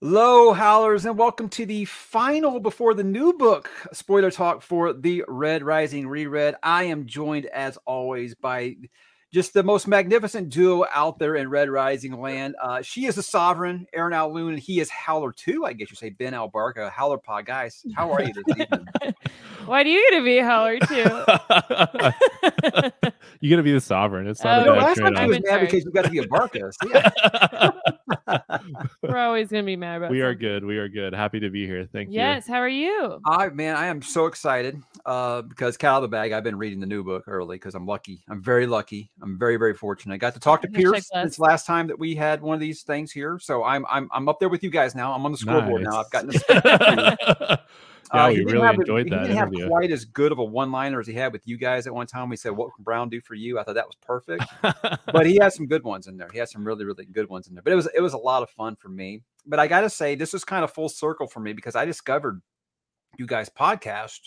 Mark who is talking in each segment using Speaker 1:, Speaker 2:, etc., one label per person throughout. Speaker 1: Hello, howlers, and welcome to the final before the new book spoiler talk for the Red Rising reread. I am joined, as always, by just the most magnificent duo out there in Red Rising land. Uh, she is the Sovereign, Aaron Alloon, and he is Howler 2, I guess you say, Ben Albarca, Howler Pod. Guys, how are you this evening?
Speaker 2: Why do you get to be Howler too?
Speaker 3: You're gonna be the sovereign. It's not
Speaker 2: Oh,
Speaker 1: No,
Speaker 3: a bad
Speaker 1: last time
Speaker 3: trade
Speaker 1: she
Speaker 2: I'm
Speaker 1: was
Speaker 2: in
Speaker 1: mad
Speaker 2: charge.
Speaker 1: because you got to be a Barca. So yeah.
Speaker 2: We're always gonna be mad about.
Speaker 3: We are
Speaker 2: something.
Speaker 3: good. We are good. Happy to be here. Thank
Speaker 2: Yes. How are you?
Speaker 1: I man, I am so excited uh, because cat out of the bag. I've been reading the new book early because I'm lucky. I'm very lucky. I'm very very fortunate. I got to talk to
Speaker 2: Hashtag
Speaker 1: Pierce
Speaker 2: blessed.
Speaker 1: since last time that we had one of these things here, so I'm I'm I'm up there with you guys now. I'm on the scoreboard now. I've
Speaker 3: Nice.
Speaker 1: gotten. A,
Speaker 3: you. yeah,
Speaker 1: Um, he
Speaker 3: we
Speaker 1: didn't
Speaker 3: really
Speaker 1: have a-
Speaker 3: enjoyed
Speaker 1: he
Speaker 3: that
Speaker 1: didn't
Speaker 3: interview.
Speaker 1: have quite as good of a one liner as he had with you guys at one time. We said, "What can Brown do for you?" I thought that was perfect. but he has some good ones in there. He has some really, really good ones in there. But it was it was a lot of fun for me. But I gotta say, this was kind of full circle for me because I discovered you guys' podcast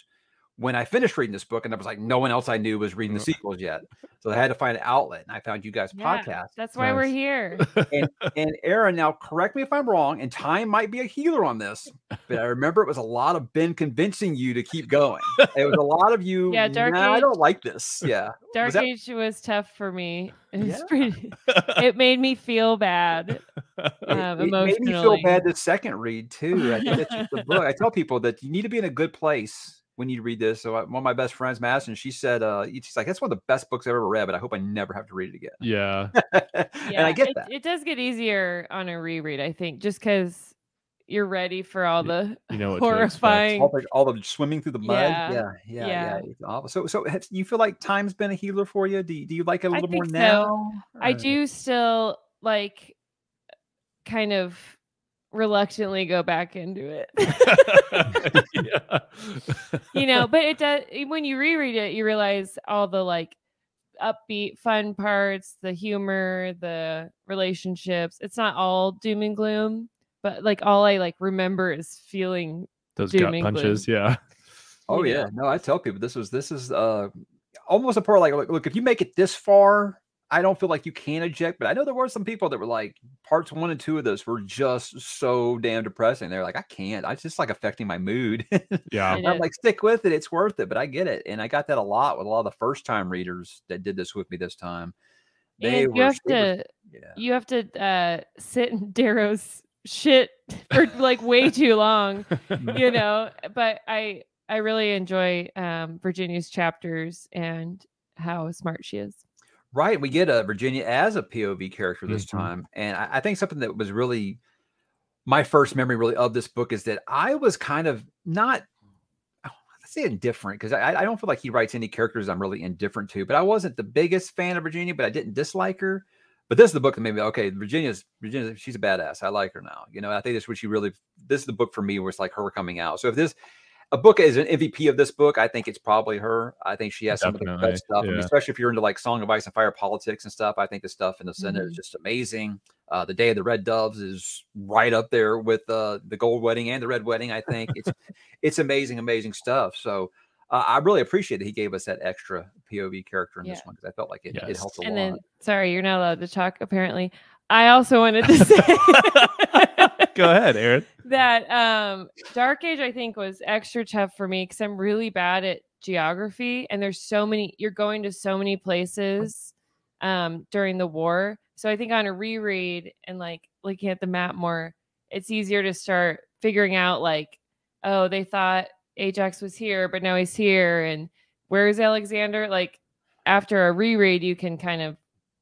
Speaker 1: when I finished reading this book, and I was like, no one else I knew was reading the
Speaker 3: Mm.
Speaker 1: sequels yet. So I had to find an outlet and I found you guys'
Speaker 2: Yeah,
Speaker 1: podcast.
Speaker 2: That's why we're
Speaker 3: Nice.
Speaker 2: here.
Speaker 1: And Aaron, now correct me if I'm wrong, and time might be a healer on this, but I remember it was a lot of Ben convincing you to keep going. It was a lot of you.
Speaker 2: Yeah, Dark
Speaker 1: "Nah, I
Speaker 2: Age-
Speaker 1: don't like this. Yeah.
Speaker 2: Dark
Speaker 1: that-
Speaker 2: Age was tough for me. It was
Speaker 1: Yeah.
Speaker 2: pretty. It made me feel bad.
Speaker 1: It,
Speaker 2: um,
Speaker 1: it made me feel
Speaker 2: emotionally.
Speaker 1: bad the second read too. I think that's just the book. I tell people that you need to be in a good place when you read this. So I, one of my best friends, Madison, she said, uh, she's like, that's one of the best books I've ever read, but I hope I never have to read it again.
Speaker 3: yeah.
Speaker 1: and I get
Speaker 2: it,
Speaker 1: that.
Speaker 2: It does get easier on a reread, I think, just because you're ready for all the
Speaker 3: You know what to
Speaker 2: horrifying.
Speaker 1: All the, all the swimming through the mud. Yeah.
Speaker 2: Yeah,
Speaker 1: Yeah. Yeah.
Speaker 2: yeah.
Speaker 1: It's awful. So, so have, you feel like time's been a healer for you? Do you, do you like it a
Speaker 2: I
Speaker 1: little more
Speaker 2: think so.
Speaker 1: now?
Speaker 2: I
Speaker 1: Or-
Speaker 2: do still like, kind of reluctantly go back into it.
Speaker 3: expect. yeah.
Speaker 2: you know but it does eh, when you reread it you realize all the like upbeat fun parts the humor the relationships it's not all doom and gloom but like all i like remember is feeling
Speaker 3: Those
Speaker 2: Doom
Speaker 3: gut
Speaker 2: and
Speaker 3: punches. Yeah.
Speaker 1: Oh
Speaker 2: you
Speaker 1: yeah.
Speaker 2: know.
Speaker 1: No, I tell people this was this is uh almost a part like look, look if you make it this far, I don't feel like you can eject, but I know there were some people that were like parts one and two of this were just so damn depressing. They're like, I can't. I just like affecting my mood.
Speaker 3: Yeah.
Speaker 2: It
Speaker 1: I'm
Speaker 2: is.
Speaker 1: like, stick with it. It's worth it. But I get it. And I got that a lot with a lot of the first time readers that did this with me this time. They
Speaker 2: and
Speaker 1: were,
Speaker 2: you have
Speaker 1: they were-
Speaker 2: to
Speaker 1: yeah.
Speaker 2: you have to uh sit in darrow's shit for like way too long you know but i i really enjoy um virginia's chapters and how smart she is
Speaker 1: Right. We get a Virginia as a POV character this
Speaker 3: Mhm.
Speaker 1: time. And I, I think something that was really my first memory really of this book is that I was kind of not I say indifferent because I, I don't feel like he writes any characters I'm really indifferent to, but I wasn't the biggest fan of Virginia, but I didn't dislike her. But this is the book that made me okay, Virginia's Virginia, she's a badass. I like her now. You know, I think this is what she really this is the book for me where it's like her coming out. So if this a book is an MVP of this book, I think it's probably her. I think she has some of the
Speaker 3: Definitely,
Speaker 1: best stuff, I mean,
Speaker 3: yeah.
Speaker 1: especially if you're into like Song of Ice and Fire politics and stuff. I think the stuff in the Senate is
Speaker 2: Mhm.
Speaker 1: just amazing. Uh, the Day of the Red Doves is right up there with uh, the Gold Wedding and the Red Wedding. I think it's it's amazing, amazing stuff. So uh, I really appreciate that he gave us that extra POV character in this
Speaker 2: Yeah.
Speaker 1: one because I felt like it, it
Speaker 3: Yes.
Speaker 1: helped a
Speaker 2: and
Speaker 1: lot.
Speaker 2: then sorry you're not allowed to talk apparently i also wanted to say
Speaker 3: Go ahead, Aaron.
Speaker 2: that um dark age i think was extra tough for me because i'm really bad at geography and there's so many you're going to so many places um during the war so i think on a reread and like looking at the map more it's easier to start figuring out like oh they thought ajax was here but now he's here and where is alexander like after a reread you can kind of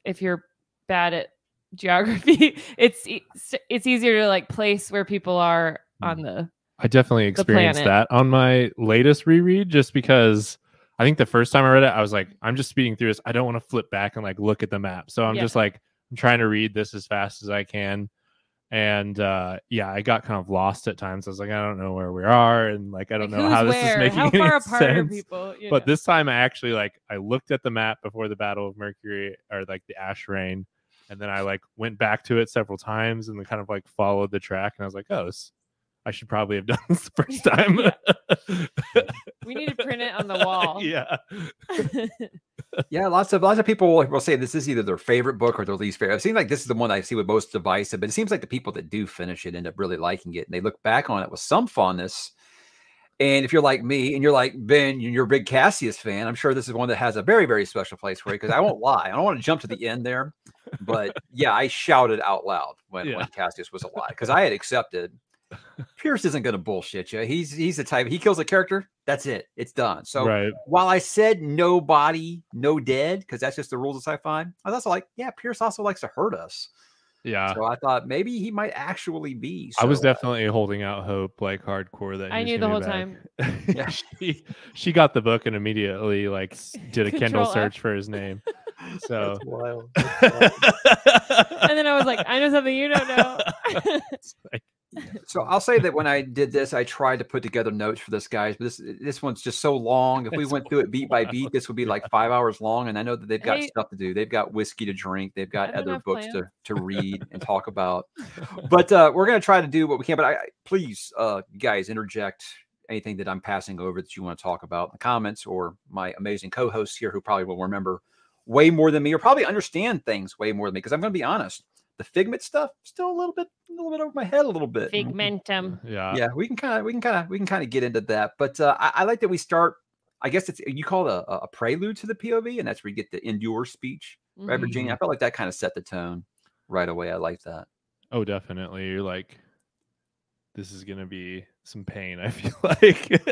Speaker 2: if you're bad at geography it's e- s- it's easier to like place where people are
Speaker 3: Hmm.
Speaker 2: on the
Speaker 3: I definitely experienced
Speaker 2: planet.
Speaker 3: that on my latest reread just because I think the first time I read it, I was like, I'm just speeding through this. I don't want to flip back and like look at the map. So I'm
Speaker 2: Yeah.
Speaker 3: just like, I'm trying to read this as fast as I can. And uh yeah, I got kind of lost at times. I was like, I don't know where we are, and like I don't
Speaker 2: like,
Speaker 3: know
Speaker 2: who's
Speaker 3: how this
Speaker 2: where?
Speaker 3: is making
Speaker 2: how
Speaker 3: any
Speaker 2: far apart are
Speaker 3: sense.
Speaker 2: people you
Speaker 3: But
Speaker 2: know?
Speaker 3: this time I actually like I looked at the map before the Battle of Mercury or like the Ash Rain, and then I like went back to it several times and then kind of like followed the track and I was like, oh, this, I should probably have done this the first time.
Speaker 2: we need to print it on the wall
Speaker 3: yeah.
Speaker 1: yeah, lots of lots of people will, will say this is either their favorite book or their least favorite. It seems like this is the one I see with most divisive, but it seems like the people that do finish it end up really liking it, and they look back on it with some fondness. And if you're like me, and you're like Ben, and you're a big Cassius fan, I'm sure this is one that has a very very special place for you. Because I won't lie, I don't want to jump to the end there, but yeah, I shouted out loud when,
Speaker 3: Yeah.
Speaker 1: when Cassius was alive because I had accepted. Pierce isn't going to bullshit you. He's he's the type he kills a character. That's it. It's done. So
Speaker 3: right.
Speaker 1: while I said no body, no dead, because that's just the rules of sci-fi, I was also like, yeah, Pierce also likes to hurt us.
Speaker 3: Yeah.
Speaker 1: so I thought maybe he might actually be.
Speaker 3: I was
Speaker 1: so, uh,
Speaker 3: definitely holding out hope, like hardcore. That he
Speaker 2: I
Speaker 3: was
Speaker 2: knew the
Speaker 3: gonna
Speaker 2: whole
Speaker 3: be back.
Speaker 2: time.
Speaker 1: Yeah.
Speaker 3: she, she got the book and immediately like s- did a Kindle
Speaker 2: Control F.
Speaker 3: search for his name. So
Speaker 1: That's wild.
Speaker 2: And then I was like, I know something you don't know.
Speaker 1: so I'll say that when I did this, I tried to put together notes for this guys, but this this one's just so long. If we
Speaker 3: It's
Speaker 1: went through it beat by beat, this would be like five hours long. And I know that they've got
Speaker 2: Hey.
Speaker 1: stuff to do. They've got whiskey to drink. They've got
Speaker 2: I don't
Speaker 1: other
Speaker 2: have
Speaker 1: books to,
Speaker 2: plans.
Speaker 1: to read and talk about. But uh, we're gonna try to do what we can. But I I- please, uh, you guys, interject anything that I'm passing over that you want to talk about in the comments or my amazing co-hosts here who probably will remember way more than me or probably understand things way more than me because I'm going to be honest. The figment stuff still a little bit, a little bit over my head, a little bit
Speaker 2: Figmentum.
Speaker 3: yeah.
Speaker 1: yeah we can kind of we can kind of we can kind of get into that but uh, I, I like that we start i guess it's you call it a, a prelude to the pov and that's where you get the endure speech right
Speaker 2: Mhm.
Speaker 1: virginia i felt like that kind of set the tone right away i like that
Speaker 3: Oh, definitely. You're like, this is gonna be some pain. I feel like.
Speaker 1: You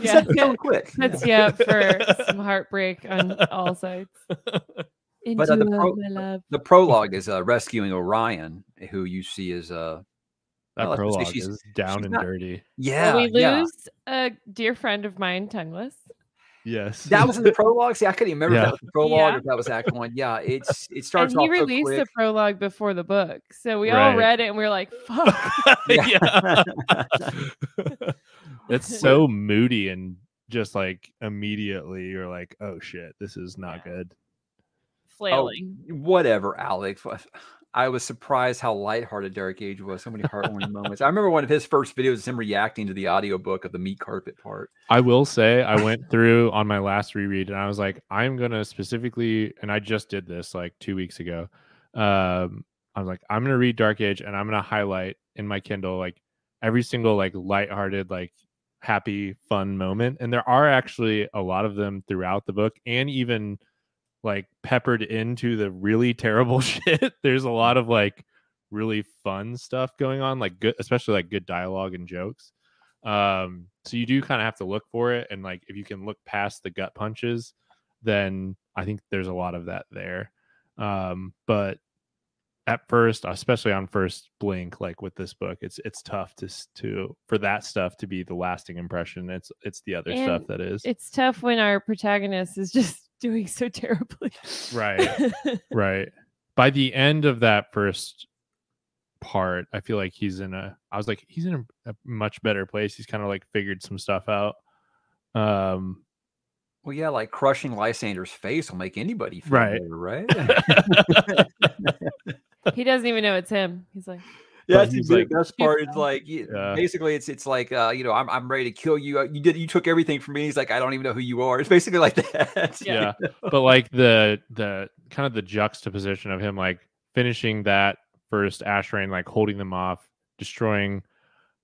Speaker 2: Yeah.
Speaker 1: set the tone quick yeah.
Speaker 2: That's yeah for some heartbreak on all sides.
Speaker 1: But, uh, the
Speaker 2: Into
Speaker 1: pro-
Speaker 2: love, my love.
Speaker 1: the prologue is uh, rescuing orion eh, who you see as uh
Speaker 3: That
Speaker 1: Well, let's just say
Speaker 3: prologue
Speaker 1: she's-
Speaker 3: is down
Speaker 1: she's
Speaker 3: and
Speaker 1: not-
Speaker 3: dirty.
Speaker 1: yeah
Speaker 2: Well, we
Speaker 1: yeah.
Speaker 2: lose a dear friend of mine, Tongueless.
Speaker 3: Yes.
Speaker 1: that was in the prologue see i couldn't even remember if
Speaker 3: Yeah.
Speaker 1: that was the prologue
Speaker 2: Yeah.
Speaker 1: or if that was act one yeah it's it
Speaker 2: And
Speaker 1: starts
Speaker 2: he
Speaker 1: off so
Speaker 2: released
Speaker 1: quick.
Speaker 2: the prologue before the book. So we
Speaker 3: Right. Oh,
Speaker 2: all read it and we were like, fuck.
Speaker 3: yeah. it's so moody and just like immediately you're like, oh shit, this is not good.
Speaker 2: Flailing.
Speaker 1: Oh, whatever, Alex. Wha- I was surprised how lighthearted Derek Age was. So many heartwarming moments. I remember one of his first videos is him reacting to the audiobook of the meat carpet part.
Speaker 3: I will say I went through on my last reread and I was like, I'm gonna specifically, and I just did this like two weeks ago. Um, I was like, I'm gonna read Dark Age and I'm gonna highlight in my Kindle like every single like lighthearted, like happy, fun moment. And there are actually a lot of them throughout the book and even like peppered into the really terrible shit. There's a lot of like really fun stuff going on, like good especially like good dialogue and jokes. Um, so you do kind of have to look for it, and like if you can look past the gut punches, then I think there's a lot of that there. Um, but at first, especially on first blink, like with this book, it's it's tough to s- to for that stuff to be the lasting impression. It's it's the other stuff
Speaker 2: And
Speaker 3: that is
Speaker 2: It's tough when our protagonist is just doing so terribly.
Speaker 3: right. right by the end of that first part i feel like he's in a i was like he's in a, a much better place he's kind of like figured some stuff out um
Speaker 1: Well, yeah, like crushing Lysander's face will make anybody feel
Speaker 3: Right.
Speaker 1: better, right?
Speaker 2: he doesn't even know it's him. He's like,
Speaker 1: Yeah,
Speaker 3: But
Speaker 1: that's the
Speaker 3: he's
Speaker 1: big
Speaker 3: like-
Speaker 1: best
Speaker 2: He's
Speaker 1: part. It's like y-
Speaker 3: Yeah.
Speaker 1: basically it's it's like uh, you know, I'm I'm ready to kill you. Uh, You did you took everything from me. He's like, I don't even know who you are. It's basically like that.
Speaker 3: yeah but like the the kind of the juxtaposition of him like finishing that first ashrain like holding them off destroying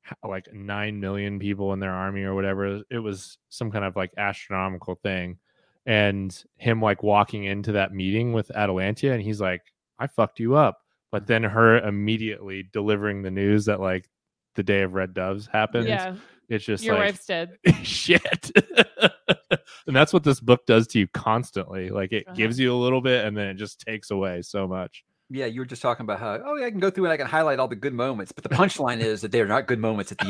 Speaker 3: h- like 9 million people in their army or whatever it was some kind of like astronomical thing and him like walking into that meeting with atalantia and he's like i fucked you up but then her immediately delivering the news that like the day of red doves happens
Speaker 2: yeah,
Speaker 3: it's just
Speaker 2: your
Speaker 3: like
Speaker 2: wife's dead.
Speaker 3: shit. and that's what this book does to you constantly. Like it
Speaker 2: Uh-huh.
Speaker 3: gives you a little bit and then it just takes away so much.
Speaker 1: Yeah, you were just talking about how oh yeah, I can go through and I can highlight all the good moments, but the punchline is that they're not good moments at the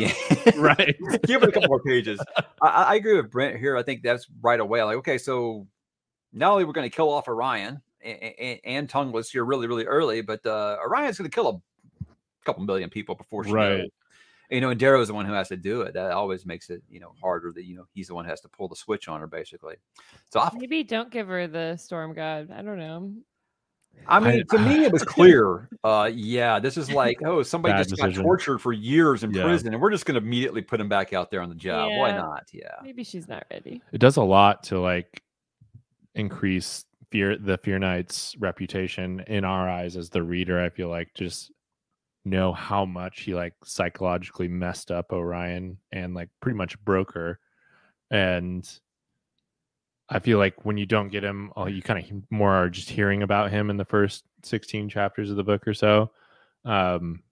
Speaker 1: end.
Speaker 3: Right.
Speaker 1: give it a couple more pages. I- I, I agree with Brent here. I think that's right away. Like, okay, so not only we're going to kill off Orion and, and, and Tongueless here really, really early, but uh, Orion's going to kill a couple million people before she
Speaker 3: Right.
Speaker 1: knows. You know, and Darrow's the one who has to do it. That always makes it, you know, harder that you know he's the one who has to pull the switch on her, basically. So I,
Speaker 2: Maybe don't give her the storm god. I don't know.
Speaker 1: I
Speaker 3: I-
Speaker 1: mean, to me, it was clear. Uh, yeah, this is like, oh, somebody
Speaker 3: Bad
Speaker 1: just
Speaker 3: decision.
Speaker 1: got tortured for years in
Speaker 3: Yeah.
Speaker 1: prison, and we're just going to immediately put him back out there on the job. Why
Speaker 2: Yeah.
Speaker 1: not? Yeah.
Speaker 2: Maybe she's not ready.
Speaker 3: It does a lot to like increase fear the fear knight's reputation in our eyes as the reader i feel like just know how much he like psychologically messed up orion and like pretty much broke her and i feel like when you don't get him all you kind of more are just hearing about him in the first 16 chapters of the book or so um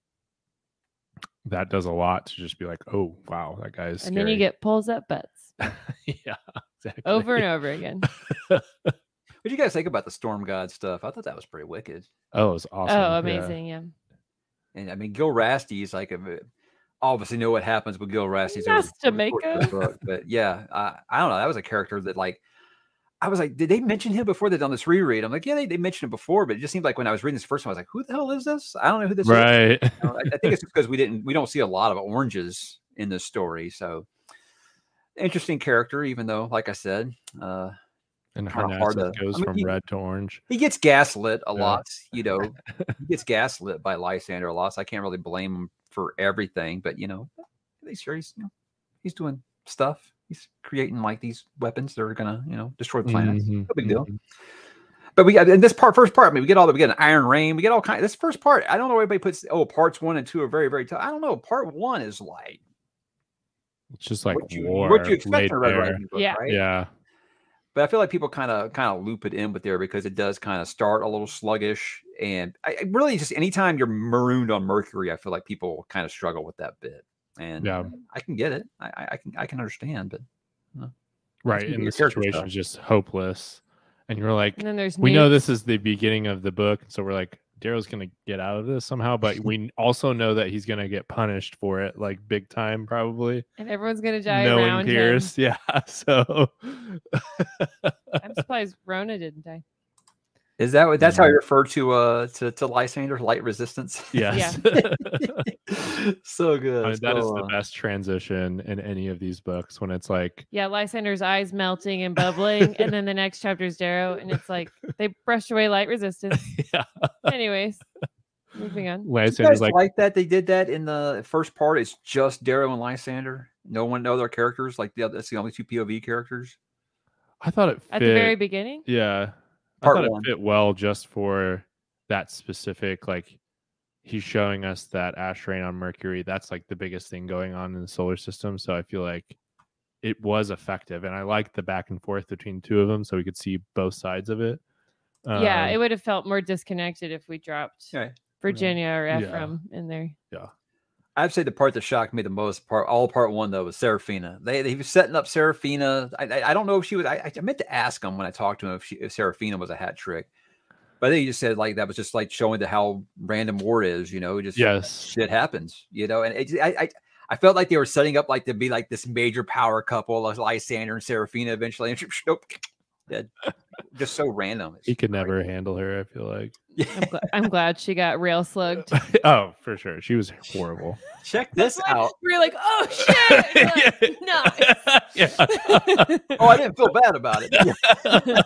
Speaker 3: that does a lot to just be like oh wow that guy's
Speaker 2: and then you get pulls up butts
Speaker 3: yeah exactly
Speaker 2: over and over again.
Speaker 1: What do you guys think about the storm god stuff? I thought that was pretty wicked.
Speaker 3: oh it was awesome
Speaker 2: Oh,
Speaker 3: Yeah.
Speaker 2: amazing! Yeah,
Speaker 1: And I mean, Gil Rasti's like a, obviously know what happens with Gil Rasti's
Speaker 2: Yes, Jamaica.
Speaker 1: book, but yeah, I, I don't know. That was a character that like I was like, did they mention him before they done this reread? I'm like, yeah, they, they mentioned it before, but it just seemed like when I was reading this first one, I was like, who the hell is this? I don't know who this is.
Speaker 3: right
Speaker 1: You know, I, I think it's because we didn't we don't see a lot of oranges in this story, so interesting character, even though, like I said, uh,
Speaker 3: and how
Speaker 1: kinda hard
Speaker 3: NASA
Speaker 1: to-
Speaker 3: goes
Speaker 1: I mean,
Speaker 3: from
Speaker 1: he-
Speaker 3: red to orange
Speaker 1: he gets gaslit a
Speaker 3: Yeah.
Speaker 1: lot, you know. he gets gaslit by Lysander a lot. So I can't really blame him for everything, but you know, at least here he's you know, he's doing stuff. He's creating like these weapons that are gonna, you know, destroy planets.
Speaker 3: Mhm,
Speaker 1: No big deal.
Speaker 3: mhm.
Speaker 1: But we got in this part, first part, I mean, we get all that. We get an Iron Rain. We get all kind. This first part, I don't know. why Everybody puts oh, parts one and two are very, very tough. I don't know. Part one is like
Speaker 3: it's just like
Speaker 1: what you
Speaker 3: war
Speaker 1: what you
Speaker 3: laid
Speaker 1: expect from a Red
Speaker 3: bare.
Speaker 1: Rising book,
Speaker 2: Yeah.
Speaker 1: right?
Speaker 3: yeah
Speaker 1: but I feel like people kind of kind of loop it in with there because it does kind of start a little sluggish, and I, I really just anytime you're marooned on Mercury, I feel like people kind of struggle with that bit, and
Speaker 3: Yeah.
Speaker 1: I can get it, I, I I can I can understand, but gonna
Speaker 3: right
Speaker 1: be
Speaker 3: and
Speaker 1: your
Speaker 3: the
Speaker 1: character
Speaker 3: situation
Speaker 1: stuff.
Speaker 3: is just hopeless and you're like
Speaker 2: and then there's
Speaker 3: we know
Speaker 2: Newt.
Speaker 3: this is the beginning of the book so we're like daryl's gonna get out of this somehow but we also know that he's gonna get punished for it like big time probably
Speaker 2: and everyone's gonna die
Speaker 3: knowing
Speaker 2: around
Speaker 3: pierce yeah so
Speaker 2: him. I'm surprised Rona didn't die.
Speaker 1: is that what that's how
Speaker 3: Mhm.
Speaker 1: you refer to uh to to Lysander light resistance?
Speaker 3: yes
Speaker 1: so good.
Speaker 3: I mean, that is
Speaker 1: so,
Speaker 3: the
Speaker 1: uh,
Speaker 3: best transition in any of these books when it's like
Speaker 2: Yeah, Lysander's eyes melting and bubbling, and then the next chapter is Darrow, and it's like they brushed away light resistance.
Speaker 3: yeah
Speaker 2: Anyways, moving on.
Speaker 1: Did you guys
Speaker 3: Lysander's
Speaker 1: like,
Speaker 3: like
Speaker 1: that they did that in the first part. It's just Darrow and Lysander. No one, no other characters. Like the other, it's the only two POV characters.
Speaker 3: i thought it fit
Speaker 2: At the very beginning,
Speaker 3: Yeah.
Speaker 1: Part
Speaker 3: I thought
Speaker 1: one.
Speaker 3: it fit well just for that specific like he's showing us that ash rain on Mercury. That's like the biggest thing going on in the solar system. So I feel like it was effective. And I liked the back and forth between the two of them so we could see both sides of it.
Speaker 2: yeah, it
Speaker 3: Um,
Speaker 2: would have felt more disconnected if we dropped
Speaker 1: Right.
Speaker 2: Virginia or
Speaker 3: Yeah.
Speaker 2: Ephraim in there.
Speaker 1: I'd say the part that shocked me the most, part all part one though, was Serafina. They, they was setting up Serafina. I, I, I don't know if she was. I, I meant to ask him when I talked to him if, she, if Serafina was a hat trick, but they just said like that was just like showing to how random war is. You know, just
Speaker 3: yes.
Speaker 1: shit happens. You know, and it, I, I I felt like they were setting up like to be like this major power couple, like Lysander and Serafina eventually. And nope, dead. Just so random. It's
Speaker 3: He could
Speaker 1: crazy.
Speaker 3: never handle her, I feel like.
Speaker 2: I'm, gl- I'm glad she got rail slugged.
Speaker 3: oh, for sure. She was horrible.
Speaker 1: Check this
Speaker 2: That's why
Speaker 1: out.
Speaker 2: We were like, oh shit! No.
Speaker 1: Oh, I didn't feel bad about it.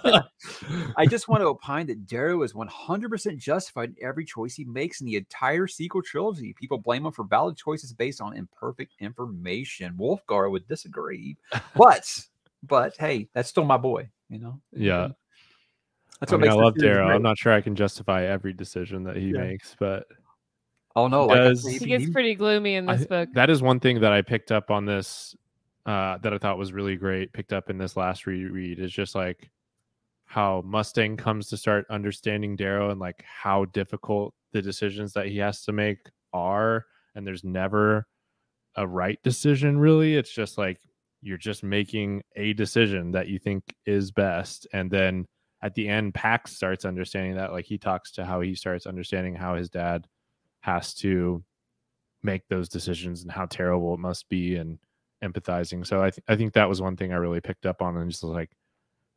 Speaker 1: I just want to opine that Darrow is 100% justified in every choice he makes in the entire sequel trilogy. People blame him for valid choices based on imperfect information. Wolfgar would disagree, but but hey, that's still my boy. You know.
Speaker 3: Yeah.
Speaker 1: That's
Speaker 3: I, mean, I
Speaker 1: makes the
Speaker 3: love
Speaker 1: series
Speaker 3: Daryl.
Speaker 1: great.
Speaker 3: I'm not sure I can justify every decision that he
Speaker 1: Yeah.
Speaker 3: makes, but
Speaker 1: Oh no, like I
Speaker 3: does-
Speaker 1: said,
Speaker 2: He
Speaker 1: he-
Speaker 2: gets
Speaker 1: he-
Speaker 2: pretty gloomy in
Speaker 3: I-
Speaker 2: this book.
Speaker 3: that is one thing that I picked up on this uh, that I thought was really great. Picked up in this last reread is just like how Mustang comes to start understanding Darrow and like how difficult the decisions that he has to make are, and there's never a right decision really. It's just like you're just making a decision that you think is best, and then at the end, Pax starts understanding that. Like he talks to how he starts understanding how his dad has to make those decisions and how terrible it must be and empathizing. So I, th- I think that was one thing I really picked up on and just like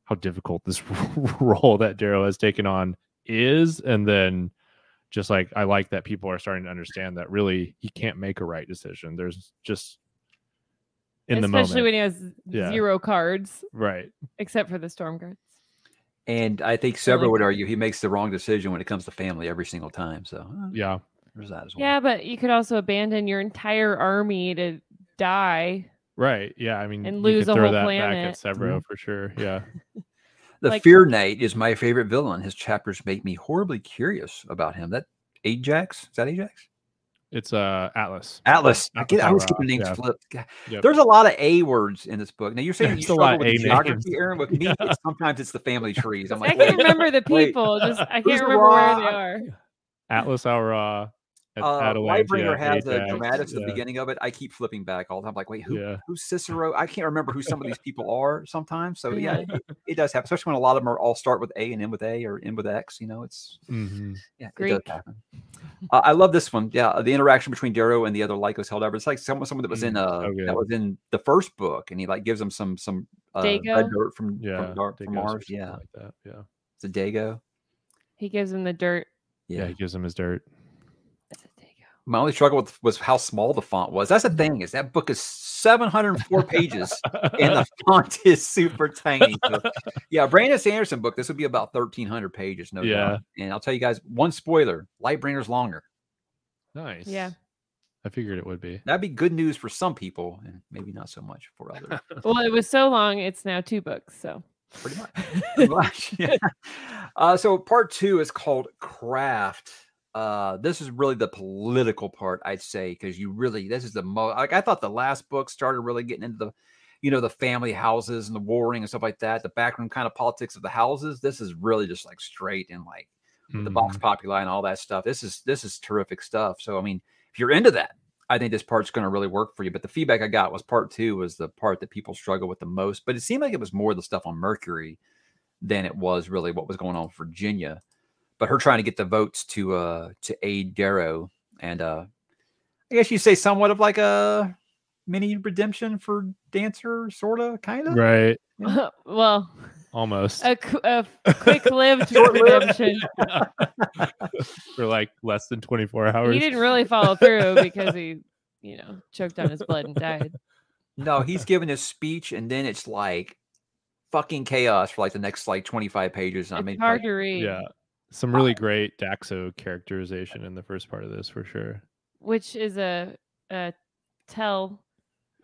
Speaker 3: how difficult this role that Darrow has taken on is. And then just like I like that people are starting to understand that really he can't make a right decision. There's just in the
Speaker 2: Especially
Speaker 3: moment.
Speaker 2: when he has
Speaker 3: Yeah.
Speaker 2: zero cards,
Speaker 3: right.
Speaker 2: except for the storm cards.
Speaker 1: and I think several
Speaker 2: like-
Speaker 1: would argue he makes the wrong decision when it comes to family every single time. So uh,
Speaker 3: Yeah.
Speaker 1: there's that as well.
Speaker 2: Yeah, but you could also abandon your entire army to die.
Speaker 3: Right. Yeah. I mean,
Speaker 2: And
Speaker 3: you
Speaker 2: lose
Speaker 3: could
Speaker 2: a
Speaker 3: throw
Speaker 2: whole
Speaker 3: that
Speaker 2: planet.
Speaker 3: back at Severo for sure. Yeah.
Speaker 1: The
Speaker 2: Like-
Speaker 1: Fear Knight is my favorite villain. His chapters make me horribly curious about him. That Ajax? Is that Ajax?
Speaker 3: It's uh Atlas.
Speaker 1: Atlas. I,
Speaker 3: Atlas
Speaker 1: get, I always get
Speaker 3: Tyrod,
Speaker 1: the names
Speaker 3: yeah.
Speaker 1: flipped. God.
Speaker 3: Yep.
Speaker 1: There's a lot of A words in this book. Now you're saying you
Speaker 3: There's a lot
Speaker 1: struggle
Speaker 3: of
Speaker 1: with
Speaker 3: A
Speaker 1: geography,
Speaker 3: names.
Speaker 1: Aaron. With me,
Speaker 3: Yeah.
Speaker 1: it's, sometimes it's the family trees. I'm
Speaker 2: I
Speaker 1: like,
Speaker 2: can't
Speaker 1: wait,
Speaker 2: remember the
Speaker 1: wait.
Speaker 2: people. Just I
Speaker 1: Who's
Speaker 2: can't
Speaker 1: the
Speaker 2: remember where they
Speaker 1: rock?
Speaker 2: are.
Speaker 3: Atlas Aura. At,
Speaker 1: uh,
Speaker 3: Atalanta,
Speaker 1: Lightbringer has a
Speaker 3: Ajax,
Speaker 1: dramatis at the
Speaker 3: yeah,
Speaker 1: beginning of it. I keep flipping back all the time. like, wait, who?
Speaker 3: Yeah.
Speaker 1: Who's Cicero? I can't remember who some of these people are sometimes. So yeah,
Speaker 2: Yeah.
Speaker 1: it, it does happen, especially when a lot of them are all start with A and end with A or end with X. You know, it's
Speaker 3: Mhm.
Speaker 1: Yeah, it
Speaker 2: Greek.
Speaker 1: does happen. Uh, I love this one. Yeah, the interaction between Darrow and the other Lycos held ever. It's like someone, someone that was in uh,
Speaker 3: Mm, so
Speaker 1: that
Speaker 3: good.
Speaker 1: was in the first book, and he like gives them some some uh, red
Speaker 2: Dago?
Speaker 1: dirt from
Speaker 3: Yeah.
Speaker 1: from, dark,
Speaker 3: Digos
Speaker 1: from
Speaker 3: or
Speaker 1: Mars.
Speaker 3: something
Speaker 1: Yeah,
Speaker 3: Like that. Yeah.
Speaker 1: it's a Dago.
Speaker 2: He gives him the dirt.
Speaker 1: Yeah.
Speaker 3: yeah. He gives him his dirt.
Speaker 2: Is it Dago?
Speaker 1: My only struggle with was how small the font was. That's the thing is that book is 704 pages, and the font is super tiny. So, yeah, Brandon Sanderson book. This would be about 1,300 pages, no
Speaker 3: Yeah.
Speaker 1: doubt. And I'll tell you guys one spoiler: Lightbringer's longer.
Speaker 3: nice.
Speaker 2: Yeah.
Speaker 3: I figured it would be.
Speaker 1: That'd be good news for some people, and maybe not so much for others.
Speaker 2: Well, it was so long. It's now two books. So
Speaker 1: pretty much. Pretty much, yeah. Uh, so part two is called craft. Uh, this is really the political part, I'd say, because you really this is the most. Like I thought the last book started really getting into the, you know, the family houses and the warring and stuff like that. The backroom kind of politics of the houses. This is really just like straight and like the
Speaker 3: Mm-hmm.
Speaker 1: box populi and all that stuff. This is this is terrific stuff. So I mean, if you're into that, I think this part's going to really work for you. But the feedback I got was part two was the part that people struggle with the most. But it seemed like it was more the stuff on Mercury than it was really what was going on in Virginia. But her trying to get the votes to uh to aid Darrow and uh I guess you say somewhat of like a mini redemption for Dancer, sorta, kind of.
Speaker 3: Mm-hmm. Right.
Speaker 2: well,
Speaker 3: Almost.
Speaker 2: a, qu- a f- quick-lived redemption.
Speaker 3: For like less than 24 hours.
Speaker 2: He didn't really follow through because he, you know, choked on his blood and died.
Speaker 1: No, he's giving his speech, and then it's like fucking chaos for like the next like 25 pages. And I mean,
Speaker 2: It's hard to read.
Speaker 3: Yeah. Some really great Daxo characterization in the first part of this for sure.
Speaker 2: which is a, a tell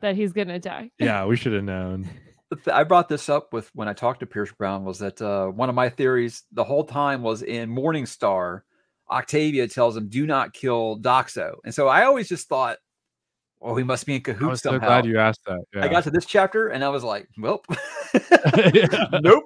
Speaker 2: that he's gonna die.
Speaker 3: Yeah, we should have known.
Speaker 1: the th- I brought this up with when I talked to Pierce Brown was that uh, one of my theories the whole time was in Morningstar, Octavia tells him, "Do not kill Doxo," and so I always just thought, "Oh, he must be in
Speaker 3: I
Speaker 1: cahoots
Speaker 3: was so
Speaker 1: somehow."
Speaker 3: glad you asked that. Yeah.
Speaker 1: I got to this chapter and I was like, "Welp,
Speaker 3: Yeah.
Speaker 1: nope."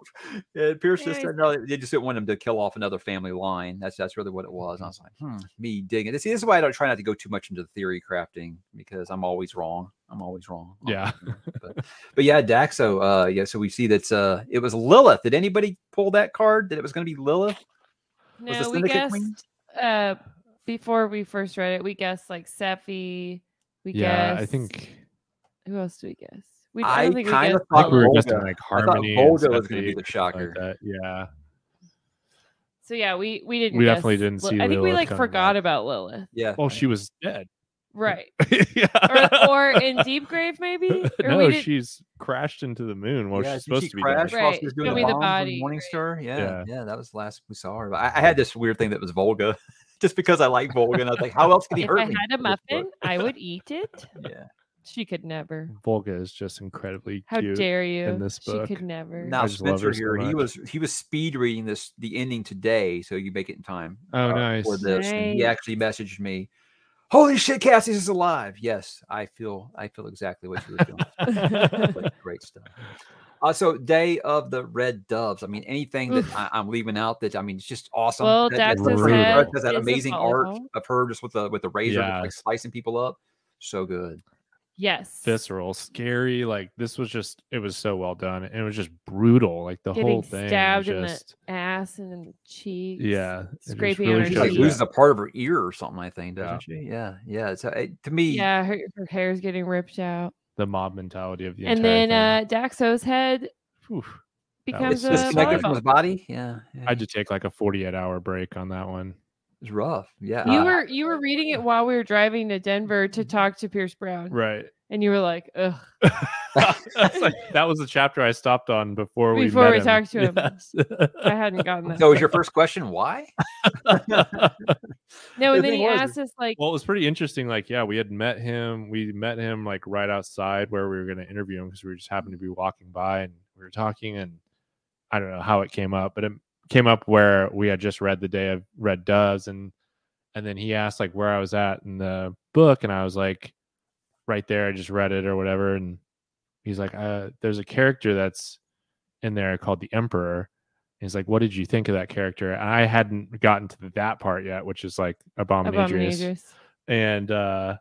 Speaker 1: And Pierce just
Speaker 2: Yeah,
Speaker 1: said, "No, they just didn't want him to kill off another family line." That's that's really what it was. And I was like, "Hmm, me digging." See, this is why I don't try not to go too much into the theory crafting because I'm always wrong. I'm always wrong. on
Speaker 3: Yeah.
Speaker 1: that. but, but yeah, Daxo. Uh, yeah, so we see that's uh, it was Lilith. Did anybody pull that card that it was going to be Lilith? Was the
Speaker 2: No, we
Speaker 1: Syndicate
Speaker 2: guessed
Speaker 1: queen?
Speaker 2: uh before we first read it, we guessed like Sephi. We
Speaker 3: yeah,
Speaker 2: guessed
Speaker 3: I think
Speaker 2: who else do we guess? We
Speaker 1: I
Speaker 2: don't think we
Speaker 1: kinda
Speaker 2: guessed
Speaker 1: thought
Speaker 3: I think we were
Speaker 2: Bella.
Speaker 1: Volga.
Speaker 3: just in like
Speaker 1: I thought
Speaker 3: harmony. and
Speaker 1: Volga was gonna be
Speaker 3: Stephanie
Speaker 1: the
Speaker 3: and stuff like
Speaker 1: shocker.
Speaker 3: that. yeah.
Speaker 2: so yeah, we we didn't
Speaker 3: We definitely
Speaker 2: guess
Speaker 3: didn't
Speaker 2: Lil-
Speaker 3: see
Speaker 2: I think we
Speaker 3: Lilith
Speaker 2: like
Speaker 3: coming
Speaker 2: forgot
Speaker 3: back.
Speaker 2: about Lilith.
Speaker 1: Yeah.
Speaker 3: Well, Oh, she was dead.
Speaker 2: Right.
Speaker 3: yeah.
Speaker 2: Or or in Deep Grave maybe? Or
Speaker 3: no,
Speaker 2: we didn't-
Speaker 3: she's crashed into the moon. Well,
Speaker 1: Yeah, I
Speaker 3: she's
Speaker 1: think
Speaker 3: supposed
Speaker 1: she
Speaker 3: to be dead.
Speaker 1: crashed while
Speaker 2: Right,
Speaker 1: she was doing
Speaker 2: show me
Speaker 1: the
Speaker 2: the
Speaker 1: bombs
Speaker 2: body,
Speaker 1: on
Speaker 2: right.
Speaker 1: Morningstar. Yeah,
Speaker 3: Yeah.
Speaker 1: yeah, that was the last we saw her. But I, I had this weird thing that was Volga, just because I like Volga, and I was like, how else can he
Speaker 2: if
Speaker 1: hurt
Speaker 2: I
Speaker 1: me?
Speaker 2: had
Speaker 1: with
Speaker 2: a
Speaker 1: this
Speaker 2: muffin,
Speaker 1: book?
Speaker 2: I would eat it.
Speaker 1: Yeah,
Speaker 2: She could never.
Speaker 3: Volga is just incredibly
Speaker 2: How
Speaker 3: cute.
Speaker 2: dare you?
Speaker 3: this book.
Speaker 2: She could never.
Speaker 1: now
Speaker 3: just love
Speaker 1: Spencer
Speaker 3: her so
Speaker 1: here. he
Speaker 3: much.
Speaker 1: was he was speed reading this the ending today, so you make it in time. uh,
Speaker 3: Oh,
Speaker 1: For
Speaker 3: nice.
Speaker 1: this, and he
Speaker 2: Nice.
Speaker 1: actually messaged me. Holy shit, Cassie's is alive. Yes, I feel I feel exactly what you were feeling. Great- Great stuff. Also, Day of the Red Doves. I mean, anything that
Speaker 2: Oof.
Speaker 1: I, am leaving out that I mean, it's just awesome.
Speaker 2: Well,
Speaker 1: that,
Speaker 3: Dax's
Speaker 1: Maria
Speaker 3: head
Speaker 1: Barrett does that
Speaker 2: is a
Speaker 1: amazing art
Speaker 2: volleyball.
Speaker 1: of her just with the with the razor, just, like
Speaker 3: Yes.
Speaker 1: slicing people up. So good.
Speaker 2: yes.
Speaker 3: visceral, scary. Like this was just it was so well done. And it was just brutal. Like the
Speaker 2: Getting
Speaker 3: whole thing.
Speaker 2: stabbed in the
Speaker 3: just,
Speaker 2: ass and in the cheeks.
Speaker 3: yeah. it just
Speaker 2: scraping on her
Speaker 1: She
Speaker 2: Yeah,
Speaker 1: like
Speaker 3: shows
Speaker 2: cheek.
Speaker 1: loses
Speaker 3: that.
Speaker 1: a part of her ear or something. I think
Speaker 3: Yeah.
Speaker 1: doesn't she? Yeah, yeah. It's it, to me.
Speaker 2: Yeah, her, her hair's getting ripped out.
Speaker 3: the mob mentality of the
Speaker 2: and
Speaker 3: entire
Speaker 2: then uh Daxo's head
Speaker 3: thing. Oof.
Speaker 1: It's
Speaker 3: That was-
Speaker 2: becomes a
Speaker 1: disconnected from
Speaker 2: volleyball.
Speaker 1: his body. Yeah, yeah.
Speaker 3: I had to take like a 48 hour break on that one.
Speaker 1: it's rough. Yeah,
Speaker 2: You
Speaker 1: uh,
Speaker 2: were you were reading it while we were driving to Denver to talk to Pierce Brown,
Speaker 3: Mm-hmm. Right.
Speaker 2: and you were like, "Ugh."
Speaker 3: That's like, that was the chapter I stopped on before we
Speaker 2: Before
Speaker 3: met
Speaker 2: we
Speaker 3: him.
Speaker 2: talked to him.
Speaker 3: Yes.
Speaker 2: I hadn't gotten that.
Speaker 1: So, was your first question why?
Speaker 2: no,
Speaker 1: the
Speaker 2: and then
Speaker 1: thing
Speaker 2: he
Speaker 1: was-
Speaker 2: asked us like,
Speaker 3: Well, it was pretty interesting. Like, yeah, we had met him. We met him like right outside where we were going to interview him because we just happened to be walking by and we were talking. And I don't know how it came up, but it came up where we had just read the day of Red Doves, and and then he asked like where I was at in the book, and I was like, right there, I just read it or whatever, and he's like, uh, there's a character that's in there called the Emperor. And He's like, what did you think of that character? And I hadn't gotten to that part yet, which is like Abominadrius. And uh,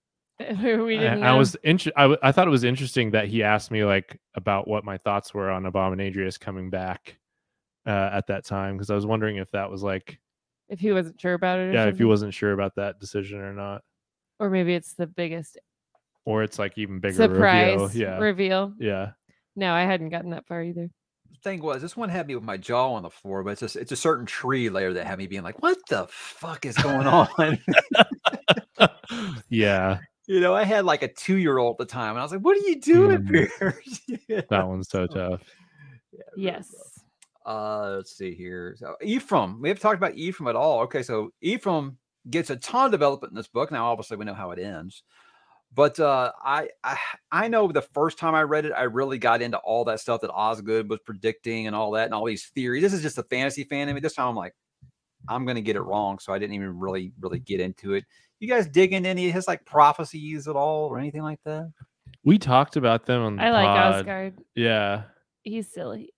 Speaker 2: we
Speaker 3: I-
Speaker 2: didn't.
Speaker 3: I,
Speaker 2: know.
Speaker 3: was inter- I, w- I thought it was interesting that he asked me like about what my thoughts were on Abominadrius coming back uh, at that time because I was wondering if that was like
Speaker 2: if he wasn't sure about it. Or
Speaker 3: yeah if he
Speaker 2: something.
Speaker 3: wasn't sure about that decision or not
Speaker 2: or maybe it's the biggest
Speaker 3: or it's like even bigger
Speaker 2: surprise
Speaker 3: reveal yeah
Speaker 2: reveal.
Speaker 3: yeah
Speaker 2: No, I hadn't gotten that far either.
Speaker 1: thing was, this one had me with my jaw on the floor, but it's just it's a certain tree layer that had me being like, "What the fuck is going on?"
Speaker 3: yeah
Speaker 1: you know, I had like a two year old at the time, and I was like, "What are you doing
Speaker 3: Mm.
Speaker 1: here?" Yeah.
Speaker 3: that one's so tough
Speaker 2: Yes.
Speaker 1: Uh, let's see here. So Ephraim, we haven't talked about Ephraim at all. Okay, so Ephraim gets a ton of development in this book. Now, obviously, we know how it ends, but uh, I, I I know the first time I read it, I really got into all that stuff that Osgood was predicting and all that, and all these theories. This is just a fantasy fan in me. This time, I'm like, I'm gonna get it wrong, so I didn't even really really get into it. You guys dig into any of his like prophecies at all or anything like that?
Speaker 3: we talked about them on the
Speaker 2: I like
Speaker 3: pod.
Speaker 2: Osgard.
Speaker 3: yeah
Speaker 2: He's silly.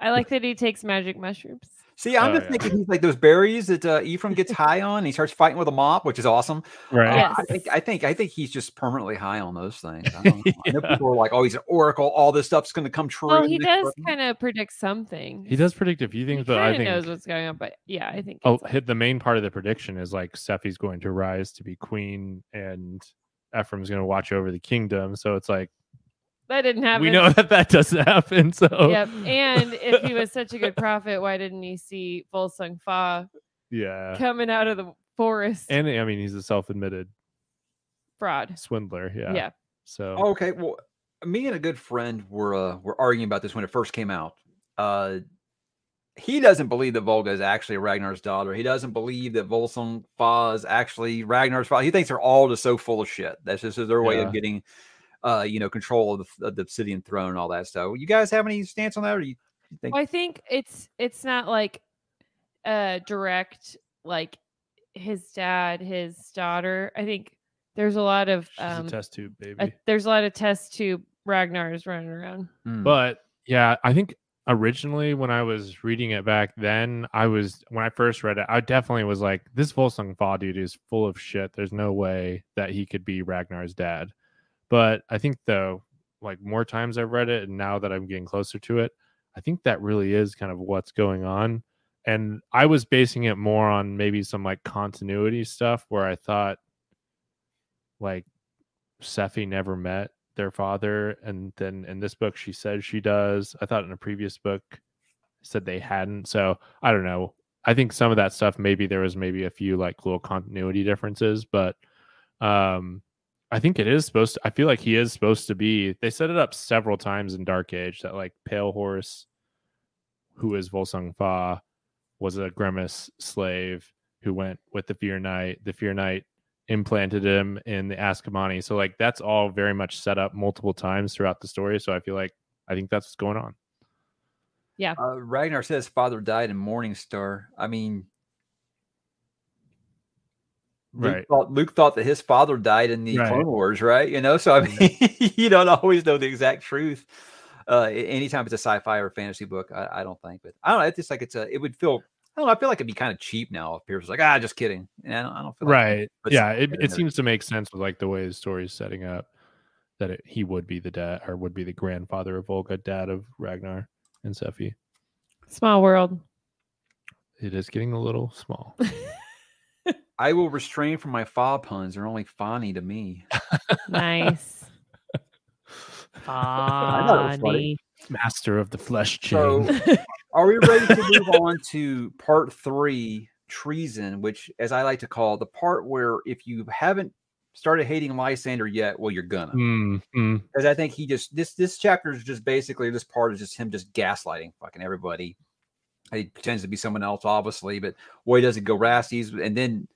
Speaker 2: I like that he takes magic mushrooms.
Speaker 1: See, I'm
Speaker 3: Oh,
Speaker 1: just
Speaker 3: yeah.
Speaker 1: thinking he's like those berries that uh, Ephraim gets high on. And he starts fighting with a mop, which is awesome.
Speaker 3: right
Speaker 1: Uh, I,
Speaker 2: Yes.
Speaker 1: think, I think I think he's just permanently high on those things. I, don't know. I know
Speaker 3: Yeah.
Speaker 1: people are like, "Oh, he's an oracle. All this stuff's going to come true."
Speaker 2: Well, he
Speaker 1: This
Speaker 2: does
Speaker 1: person-
Speaker 2: kind of predict something.
Speaker 3: he does predict a few
Speaker 2: He
Speaker 3: things but I
Speaker 2: kind of
Speaker 3: think
Speaker 2: knows what's going on, but yeah, I think.
Speaker 3: Oh,
Speaker 2: it's like-
Speaker 3: hit the main part of the prediction is like Sephi's going to rise to be queen and Ephraim's going to watch over the kingdom. So it's like
Speaker 2: that didn't happen.
Speaker 3: we know Oh. that that doesn't happen. So
Speaker 2: Yep. And if he was such a good prophet, why didn't he see Volsung Fa
Speaker 3: yeah,
Speaker 2: coming out of the forest
Speaker 3: and I mean he's a self-admitted
Speaker 2: fraud?
Speaker 3: swindler. Yeah.
Speaker 2: Yeah.
Speaker 3: So
Speaker 1: Oh, okay, well, me and a good friend were uh, were arguing about this when it first came out. Uh, he doesn't believe that Volga is actually Ragnar's daughter. He doesn't believe that Volsung Fa is actually Ragnar's father. He thinks they're all just so full of shit. That's just their way
Speaker 3: Yeah.
Speaker 1: of getting, uh, you know, control of the, of the obsidian throne and all that stuff. You guys have any stance on that, or you you think?
Speaker 2: Well, I think it's it's not like uh direct like his dad, his daughter. I think there's a lot of
Speaker 3: she's
Speaker 2: um
Speaker 3: a test tube baby.
Speaker 2: a- there's a lot of test tube Ragnar's running around.
Speaker 1: Hmm.
Speaker 3: But yeah, I think originally when I was reading it back then, I was when I first read it, I definitely was like, this Volsung Fa dude is full of shit. There's no way that he could be Ragnar's dad. But I think though, like more times I've read it, and now that I'm getting closer to it, I think that really is kind of what's going on. And I was basing it more on maybe some like continuity stuff where I thought like Sephi never met their father, and then in this book she says she does. I thought in a previous book said they hadn't. So I don't know. I think some of that stuff maybe there was maybe a few like little continuity differences, but um I think it is supposed to I feel like he is supposed to be they set it up several times in Dark Age that like Pale Horse, who is Volsung Fa, was a grimace slave who went with the Fear Knight. The Fear Knight implanted him in the Askamani. So like that's all very much set up multiple times throughout the story. So I feel like I think that's what's going on.
Speaker 1: Uh, Ragnar says father died in Morningstar. I mean, Luke
Speaker 3: Right.
Speaker 1: thought, Luke thought that his father died in the
Speaker 3: Right.
Speaker 1: Clone Wars, right? You know, so I mean, you don't always know the exact truth. Uh, a- anytime it's a sci-fi or fantasy book, I, I don't think, but I don't know. It's just like it's a. It would feel. I don't know. I feel like it'd be kind of cheap now if Pierce was like, ah, just kidding. And I don't, I don't feel like
Speaker 3: Right.
Speaker 1: But
Speaker 3: Yeah. It,
Speaker 1: I don't
Speaker 3: it
Speaker 1: know.
Speaker 3: seems to make sense with like the way the story is setting up that it, he would be the dad or would be the grandfather of Volga, dad of Ragnar and Sephi.
Speaker 2: Small world.
Speaker 3: It is getting a little small.
Speaker 1: I will restrain from my fa puns. They're only funny to me.
Speaker 2: Nice.
Speaker 1: thought it was funny.
Speaker 3: Master of the flesh
Speaker 1: So-
Speaker 3: chain.
Speaker 1: Are we ready to move on to part three, treason, which, as I like to call, the part where if you haven't started hating Lysander yet, well, you're gonna,
Speaker 3: Mm, mm.
Speaker 1: because I think he just this this chapter is just basically this part is just him just gaslighting fucking everybody. He pretends to be someone else, obviously, but boy, does it go Rasties. And then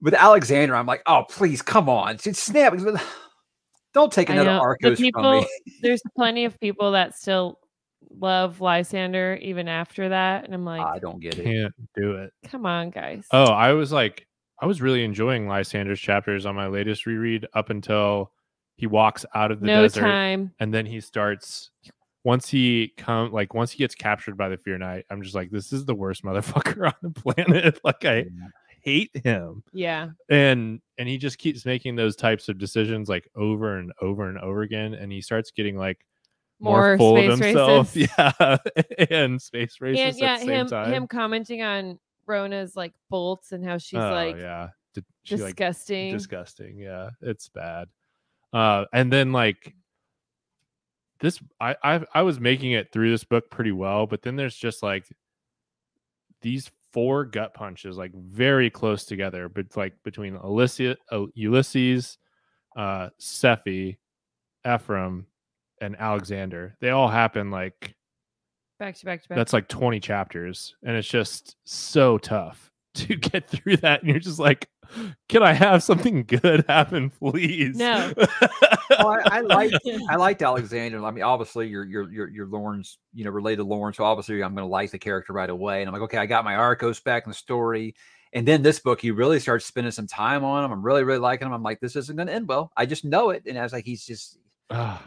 Speaker 1: with Alexander, I'm like, oh, please, come on, just snap. Don't take
Speaker 2: I
Speaker 1: another
Speaker 2: know. The
Speaker 1: Arcos from
Speaker 2: people-
Speaker 1: me.
Speaker 2: There's plenty of people that still love Lysander even after that, and I'm like,
Speaker 1: I don't get it.
Speaker 3: Can't do it.
Speaker 2: come on, guys.
Speaker 3: Oh, I was like, I was really enjoying Lysander's chapters on my latest reread up until he walks out of the
Speaker 2: no
Speaker 3: desert
Speaker 2: time.
Speaker 3: and then he starts. Once he come, like once he gets captured by the Fear Knight, I'm just like, this is the worst motherfucker on the planet. Like I hate him,
Speaker 2: Yeah,
Speaker 3: and and he just keeps making those types of decisions like over and over and over again, and he starts getting like
Speaker 2: more, space races.
Speaker 3: yeah, and space racist
Speaker 2: and yeah,
Speaker 3: at the same
Speaker 2: him
Speaker 3: time.
Speaker 2: him commenting on Rona's like bolts and how she's
Speaker 3: Oh,
Speaker 2: like
Speaker 3: yeah, Did she, like,
Speaker 2: disgusting.
Speaker 3: disgusting yeah it's bad uh and then like this I, I i was making it through this book pretty well but then there's just like these four gut punches like very close together but like between Ulysses, uh, ulysses uh sephi ephraim and alexander they all happen like
Speaker 2: back to back to back.
Speaker 3: that's like 20 chapters and it's just so tough to get through that and you're just like can i have something good happen please
Speaker 2: No.
Speaker 1: Oh, I, I like I liked Alexander. I mean, obviously, you're you're you're, you're Lauren's, you know, related to Lauren, so obviously, I'm going to like the character right away. And I'm like, okay, I got my Arcos back in the story. And then this book, you really start spending some time on him. I'm really really liking him. I'm like, this isn't going to end well. I just know it. And I was like, he's just
Speaker 3: Ah,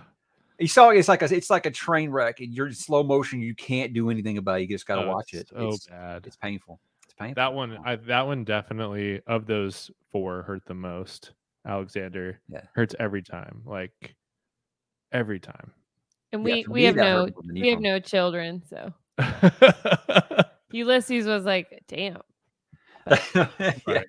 Speaker 1: you saw it's like a, it's like a train wreck, and you're in slow motion. You can't do anything about it. You just got to
Speaker 3: oh,
Speaker 1: watch
Speaker 3: it's
Speaker 1: it.
Speaker 3: so
Speaker 1: it's,
Speaker 3: bad
Speaker 1: it's painful. It's painful.
Speaker 3: that one I, that one definitely of those four hurt the most alexander
Speaker 1: Yeah.
Speaker 3: hurts every time like every time
Speaker 2: and
Speaker 1: Yeah,
Speaker 2: we
Speaker 1: for
Speaker 2: we
Speaker 1: me,
Speaker 2: have
Speaker 1: that
Speaker 2: no
Speaker 1: hurt more than
Speaker 2: we have
Speaker 1: Ephraim.
Speaker 2: no children, so Ulysses was like, damn.
Speaker 1: yeah.
Speaker 3: Right.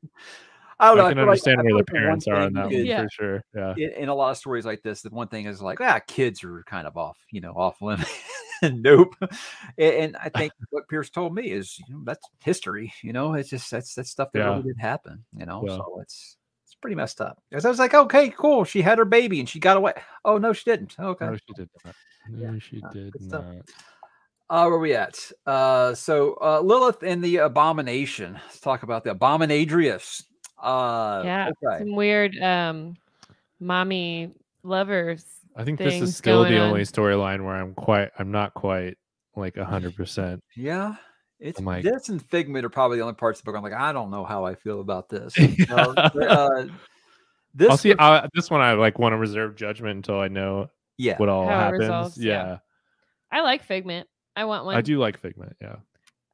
Speaker 1: Oh, I
Speaker 3: i
Speaker 1: don't know.
Speaker 3: can
Speaker 1: feel like-
Speaker 3: understand
Speaker 1: I feel
Speaker 3: where
Speaker 1: like
Speaker 3: the
Speaker 1: one
Speaker 3: parents are on
Speaker 1: thing
Speaker 3: that one
Speaker 1: is-
Speaker 2: Yeah.
Speaker 3: for sure yeah
Speaker 1: in, in a lot of stories like this, the one thing is like, ah, kids are kind of off, you know, off limit. nope. And, and I think what Pierce told me is, you know, that's history. You know, it's just that's that's stuff that
Speaker 3: Yeah.
Speaker 1: really did happen. You know,
Speaker 3: Yeah.
Speaker 1: so it's it's pretty messed up. Because I was like, okay, cool. She had her baby and she got away. Oh no, she didn't. Okay.
Speaker 3: no she did not
Speaker 1: Yeah.
Speaker 3: no she did
Speaker 1: good stuff.
Speaker 3: not
Speaker 1: Uh, where we at? Uh, so uh, Lilith and the Abomination. Let's talk about the Abominadrius. Uh,
Speaker 2: yeah.
Speaker 1: Okay.
Speaker 2: Some weird um mommy lovers.
Speaker 3: I think this
Speaker 2: things
Speaker 3: is still
Speaker 2: going
Speaker 3: the
Speaker 2: on.
Speaker 3: only storyline where I'm quite I'm not quite like hundred percent.
Speaker 1: Yeah. It's
Speaker 3: I'm like-
Speaker 1: this and Figment are probably the only parts of the book. I'm like, I don't know how I feel about this. You know,
Speaker 3: Yeah.
Speaker 1: uh, this
Speaker 3: I'll see
Speaker 1: was-
Speaker 3: I, this one I like want to reserve judgment until I know
Speaker 1: yeah.
Speaker 3: what all
Speaker 2: How it
Speaker 3: happens.
Speaker 2: resolves, yeah.
Speaker 3: yeah.
Speaker 2: I like Figment. I want one.
Speaker 3: I do like Figment, yeah.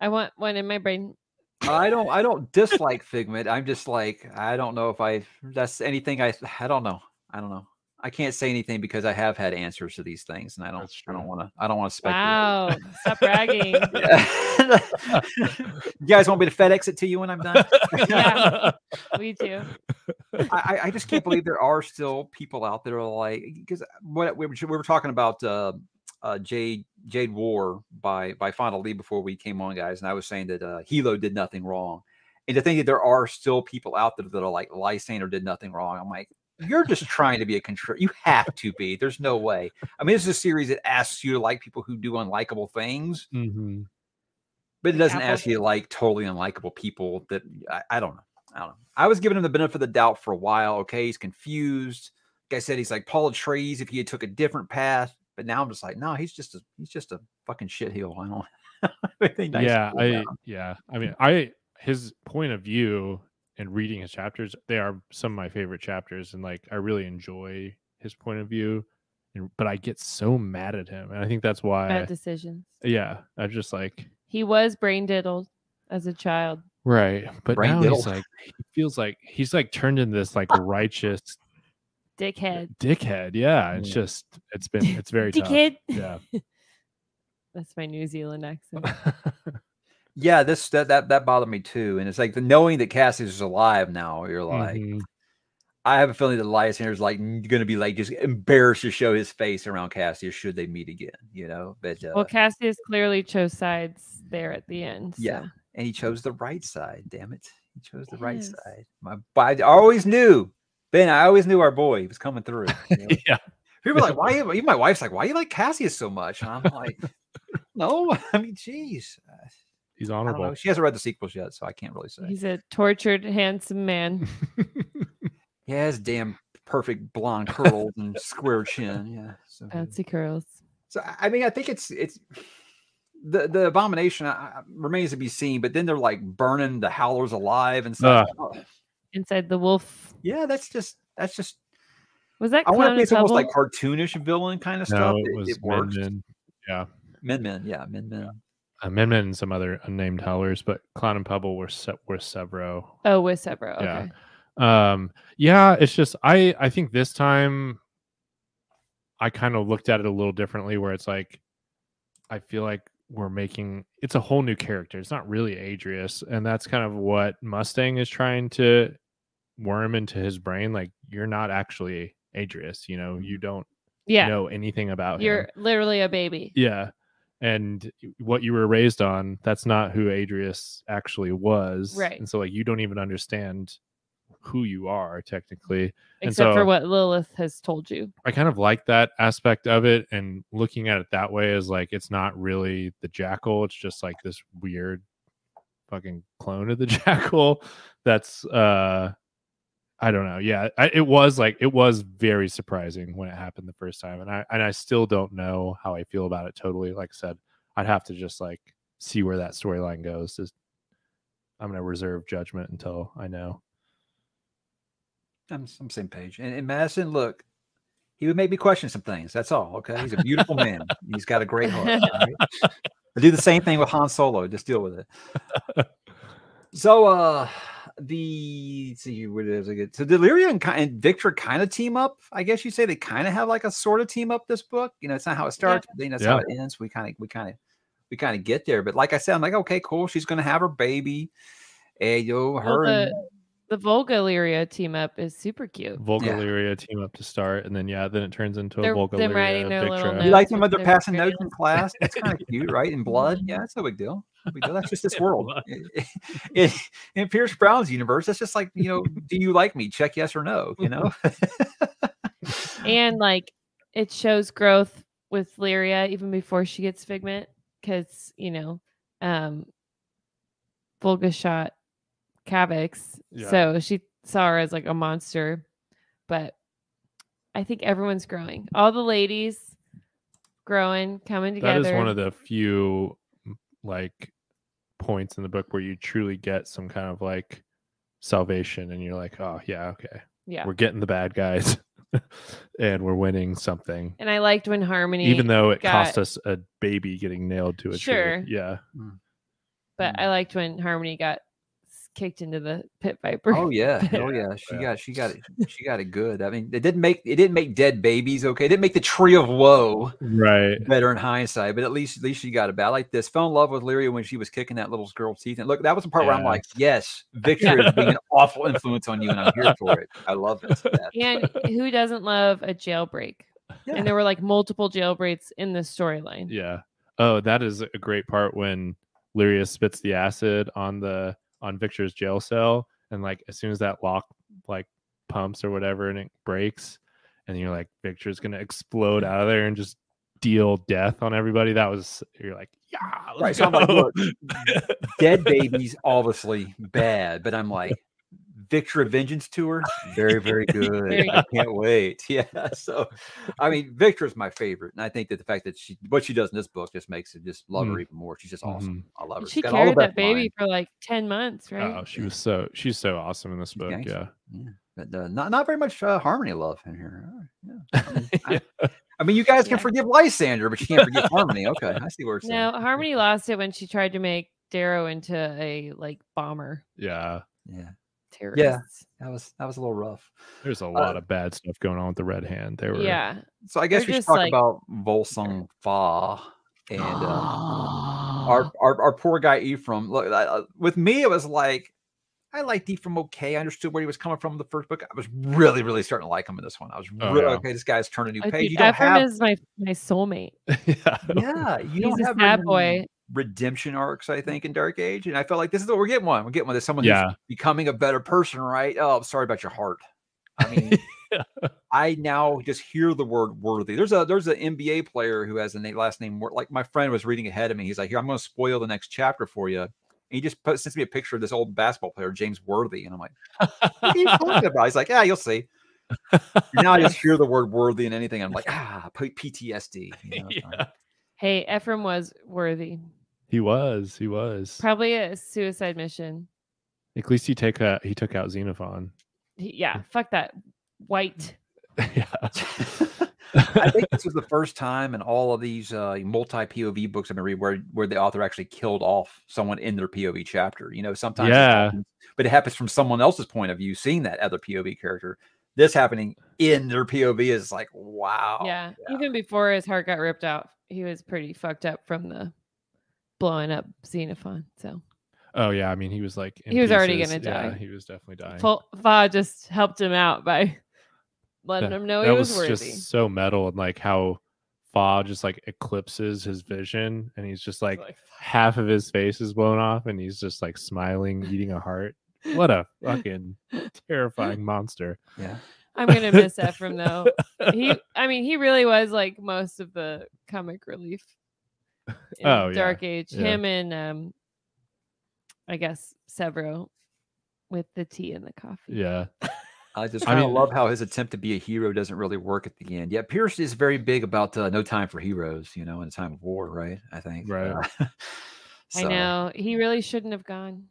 Speaker 2: I want one in my brain.
Speaker 1: I don't I don't dislike Figment. I'm just like, I don't know if I that's anything I I don't know. I don't know. I can't say anything because I have had answers to these things and I don't
Speaker 3: That's
Speaker 1: I don't
Speaker 3: true.
Speaker 1: want to I don't want to speculate.
Speaker 2: Wow. Stop bragging.
Speaker 1: Yeah. you guys want me to FedEx it to you when I'm done?
Speaker 2: Yeah. We do.
Speaker 1: I, I- I just can't believe there are still people out there like because what we were, we were talking about uh, uh, Jade Jade War by by Final Lee before we came on, guys, and I was saying that uh, Hilo did nothing wrong, and to think that there are still people out there that are like Lysander did nothing wrong. I'm like. You're just trying to be a control. You have to be. There's no way. I mean, this is a series that asks you to like people who do unlikable things,
Speaker 3: Mhm.
Speaker 1: but it
Speaker 2: Like
Speaker 1: doesn't
Speaker 2: Apple.
Speaker 1: ask you to like totally unlikable people that I, I don't know. I don't know. I was giving him the benefit of the doubt for a while. Okay, he's confused. Like I said, he's like Paul Atreides if he had took a different path. But now I'm just like, no, he's just a he's just a fucking shitheel. I don't. I don't think nice
Speaker 3: yeah,
Speaker 1: things
Speaker 3: I
Speaker 1: about him.
Speaker 3: yeah. I mean I his point of view and reading his chapters, they are some of my favorite chapters and like I really enjoy his point of view. And, but I get so mad at him. And I think that's why
Speaker 2: Bad decisions.
Speaker 3: yeah, I'm just like
Speaker 2: He was brain diddled as a child.
Speaker 3: Right. But
Speaker 1: Brain
Speaker 3: now
Speaker 1: diddle.
Speaker 3: he's like he feels like he's like turned into this like righteous
Speaker 2: Dickhead.
Speaker 3: dickhead. Yeah. It's
Speaker 1: Yeah.
Speaker 3: just it's been it's very tough.
Speaker 2: Dickhead.
Speaker 3: Yeah.
Speaker 2: That's my New Zealand accent.
Speaker 1: yeah. This that that that bothered me too. And it's like the knowing that Cassius is alive now. You're like,
Speaker 3: Mhm.
Speaker 1: I have a feeling that Lysander's like going to be like just embarrassed to show his face around Cassius should they meet again. You know, but uh,
Speaker 2: Well, Cassius clearly chose sides there at the end.
Speaker 1: Yeah.
Speaker 2: so.
Speaker 1: and he chose the right side. Damn it, he chose the right
Speaker 2: Yes.
Speaker 1: side. My, but I always knew Ben. I always knew our boy. He was coming through. you know?
Speaker 3: Yeah.
Speaker 1: People are like, why? you- Even my wife's like, why you like Cassius so much? And I'm like, no. I mean, geez,
Speaker 3: He's
Speaker 1: I don't know.
Speaker 3: honorable.
Speaker 1: She hasn't read the sequels yet, so I can't really say.
Speaker 2: He's a tortured, handsome man.
Speaker 1: yeah, his damn perfect blonde curls and square chin. Yeah. So
Speaker 2: Bouncy curls.
Speaker 1: So I- I mean, I think it's it's the the abomination uh, uh, remains to be seen. But then they're like burning the howlers alive and stuff. Oh,
Speaker 2: Inside the wolf.
Speaker 1: Yeah, that's just that's just.
Speaker 2: Was that
Speaker 1: I want to
Speaker 2: clown
Speaker 1: say
Speaker 2: in
Speaker 1: it's almost
Speaker 2: trouble?
Speaker 1: like cartoonish villain kind of stuff.
Speaker 3: No, it
Speaker 1: It,
Speaker 3: was
Speaker 1: it works. Min
Speaker 3: Min Yeah.
Speaker 1: Min, yeah, Min Min.
Speaker 3: Uh, Min Min and some other unnamed howlers, but Clown and Pebble were se- were Severo.
Speaker 2: oh, with Sebro. Okay.
Speaker 3: Yeah. Um, yeah, it's just I I think this time I kind of looked at it a little differently, where it's like I feel like we're making it's a whole new character. It's not really Adrius, and that's kind of what Mustang is trying to worm into his brain. Like you're not actually Adrius, you know, you don't
Speaker 2: Mm-hmm. Yeah.
Speaker 3: know anything about him.
Speaker 2: You're literally a baby.
Speaker 3: Yeah. And what you were raised on, that's not who Adrius actually was.
Speaker 2: Right.
Speaker 3: And so like you don't even understand who you are technically. and
Speaker 2: except for
Speaker 3: so-
Speaker 2: what Lilith has told you.
Speaker 3: I kind of like that aspect of it and looking at it that way is like it's not really the jackal, it's just like this weird fucking clone of the jackal that's uh I don't know. Yeah, I, it was like it was very surprising when it happened the first time and I and I still don't know how I feel about it totally. Like I said, I'd have to just like see where that storyline goes. Just I'm going to reserve judgment until I know.
Speaker 1: I'm s- I'm same page. And, and Madison, look, he would make me question some things. That's all. Okay, he's a beautiful man. and He's got a great heart. all right? I do the same thing with Han Solo. Just deal with it. So uh the let's see what is it? So Delirium and, Ki- and Victor kind of team up. I guess you say they kind of have like a sort of team up this book. You know, it's not how it starts, but then that's how
Speaker 3: Yeah.
Speaker 1: it ends. We kind of we kind of we kind of get there. But like I said, I'm like, okay, cool. She's gonna have her baby. And you know,
Speaker 2: Well,
Speaker 1: her and-
Speaker 2: the, the Volga Lyria team up is super cute.
Speaker 3: Volgaleria team up to start, and then yeah, then it turns into
Speaker 2: They're-
Speaker 3: a
Speaker 2: them writing
Speaker 3: Volgaleria
Speaker 2: their
Speaker 3: Victra.
Speaker 2: little
Speaker 1: You
Speaker 2: notes.
Speaker 1: like
Speaker 2: with
Speaker 1: them when they're
Speaker 2: their
Speaker 1: passing
Speaker 2: fingernails.
Speaker 1: notes in class. That's kind of cute, right? In blood. Yeah, that's no big deal. No big deal. That's just this
Speaker 3: In
Speaker 1: world.
Speaker 3: blood.
Speaker 1: In- in- in Pierce Brown's universe, that's just like, you know, do you like me? Check yes or no, you know?
Speaker 2: And like it shows growth with Lyria even before she gets Figment because, you know, um Volga shot Kavix.
Speaker 3: Yeah.
Speaker 2: So she saw her as like a monster. But I think everyone's growing. All the ladies growing, coming
Speaker 3: That
Speaker 2: together.
Speaker 3: is one of the few m- like points in the book where you truly get some kind of like salvation, and you're like, oh yeah, okay,
Speaker 2: yeah.
Speaker 3: we're getting the bad guys, and we're winning something,
Speaker 2: And I liked when Harmony
Speaker 3: even though it
Speaker 2: got-
Speaker 3: cost us a baby getting nailed to a
Speaker 2: Sure.
Speaker 3: tree. Yeah,
Speaker 2: but I liked when Harmony got s- kicked into the pit viper.
Speaker 1: Oh yeah. Oh yeah. She got she got it she got it good. I mean, it didn't make it didn't make dead babies, okay. It didn't make the tree of woe
Speaker 3: right.
Speaker 1: better in hindsight, but at least at least she got it bad. I like this. Fell in love with Lyria when she was kicking that little girl's teeth. And look, that was the part where I'm like, yes, Victor is being an awful influence on you, and I'm here for it. I love this. That-
Speaker 2: And who doesn't love a jailbreak?
Speaker 1: Yeah.
Speaker 2: And there were like multiple jailbreaks in this storyline.
Speaker 3: Yeah. Oh, that is a great part when Lyria spits the acid on the on Victor's jail cell, and like as soon as that lock like pumps or whatever, and it breaks, and you're like Victor's gonna explode
Speaker 1: Mm.
Speaker 3: out of there and just deal death on everybody. That was you're like yeah,
Speaker 1: Right.
Speaker 3: let's
Speaker 1: So I'm like, Mm-hmm.
Speaker 3: go."
Speaker 1: look, dead babies, obviously bad, but I'm like, Victor Vengeance Tour, very, very good.
Speaker 2: Very
Speaker 1: I can't wait. Yeah. So, I mean, Victor is my favorite. And I think that the fact that she, what she does in this book just makes it just love her even more. She's just awesome. I love her.
Speaker 2: Mm. Mm-hmm. She
Speaker 1: She's got all the
Speaker 2: carried that
Speaker 1: best lines.
Speaker 2: baby for like 10 months, right?
Speaker 3: Oh, she was so she's so awesome in this
Speaker 1: She's
Speaker 3: book. Yeah.
Speaker 1: gangster. But, uh, not not very much uh, harmony love in here. All right, Yeah. I mean, I- I mean, you guys can
Speaker 2: Yeah.
Speaker 1: forgive Lysander, but you can't forgive harmony. Okay, I see where it's
Speaker 2: no, Harmony lost it when she tried to make Darrow into a like bomber
Speaker 3: Yeah.
Speaker 1: Yeah,
Speaker 2: terrorist.
Speaker 1: Yeah. that was that was a little rough.
Speaker 3: There's a
Speaker 1: Uh,
Speaker 3: lot of bad stuff going on with the red hand. They were
Speaker 2: Yeah.
Speaker 1: So I guess
Speaker 2: They're
Speaker 1: we should
Speaker 2: just
Speaker 1: talk
Speaker 2: like-
Speaker 1: about Volsung Fa and uh,
Speaker 2: Uh-huh.
Speaker 1: our, our our poor guy Ephraim. Look, I- I- with me, it was like I liked Ephraim okay. I understood where he was coming from in the first book. I was really, really starting to like him in this one. I was
Speaker 3: Oh,
Speaker 1: really
Speaker 3: yeah.
Speaker 1: okay. This guy's turned a new
Speaker 2: Oh,
Speaker 1: page.
Speaker 2: dude,
Speaker 1: You don't
Speaker 2: Ephraim
Speaker 1: have,
Speaker 2: is my, my soulmate.
Speaker 3: yeah.
Speaker 1: yeah, you
Speaker 2: He's
Speaker 1: don't
Speaker 2: a
Speaker 1: have
Speaker 2: sad
Speaker 1: really
Speaker 2: boy.
Speaker 1: redemption arcs, I think, in Dark Age. And I felt like this is what we're getting one. We're getting one. There's someone
Speaker 3: Yeah.
Speaker 1: who's becoming a better person, right? Oh, I'm sorry about your heart. I mean, I now just hear the word worthy. There's a there's an NBA player who has a na- last name Wor- like my friend was reading ahead of me. He's like, here, I'm gonna spoil the next chapter for you. And he just put, sends me a picture of this old basketball player, James Worthy. And I'm like, what are you talking about? He's like, yeah, you'll see. And now I just hear the word worthy in anything. I'm like, ah, P- PTSD. you know?
Speaker 3: Yeah.
Speaker 2: Hey, Ephraim was worthy.
Speaker 3: He was. He was.
Speaker 2: Probably a suicide mission.
Speaker 3: At least he take a, he took out Xenophon.
Speaker 2: He- yeah, fuck that white.
Speaker 3: yeah.
Speaker 1: I think this was the first time in all of these uh, multi POV books I've been reading where, where the author actually killed off someone in their POV chapter. You know, sometimes, it
Speaker 3: Yeah.
Speaker 1: happens, but it happens from someone else's point of view, seeing that other POV character. This happening in their POV is like,
Speaker 3: Oh,
Speaker 1: wow.
Speaker 2: yeah. Even before his heart got ripped out, he was pretty fucked up from the blowing up xenophon. So
Speaker 3: Oh yeah. I mean, he was like in
Speaker 2: He was already
Speaker 3: pieces.
Speaker 2: gonna
Speaker 3: Yeah,
Speaker 2: die.
Speaker 3: he was definitely dying.
Speaker 2: Fo- Fa just helped him out by letting
Speaker 3: That-
Speaker 2: him know
Speaker 3: that
Speaker 2: he was, worthy.
Speaker 3: just so metal and like how Fa just like eclipses his vision and he's just like half of his face is blown off and he's just like smiling, eating a heart. What a fucking terrifying monster.
Speaker 1: Yeah.
Speaker 2: I'm gonna miss Ephraim though. He, I mean, he really was like most of the comic relief. in
Speaker 3: Oh, yeah.
Speaker 2: Dark Age.
Speaker 3: Yeah.
Speaker 2: Him and um, I guess Severo, with the tea and the coffee.
Speaker 3: Yeah.
Speaker 1: I just
Speaker 3: I
Speaker 1: kind of
Speaker 3: mean- uh
Speaker 1: love how his attempt to be a hero doesn't really work at the end. Yeah, Pierce is very big about uh, no time for heroes, you know, in a time of war, right? I think.
Speaker 3: Right.
Speaker 1: Uh,
Speaker 2: I
Speaker 1: so,
Speaker 2: know he really shouldn't have gone.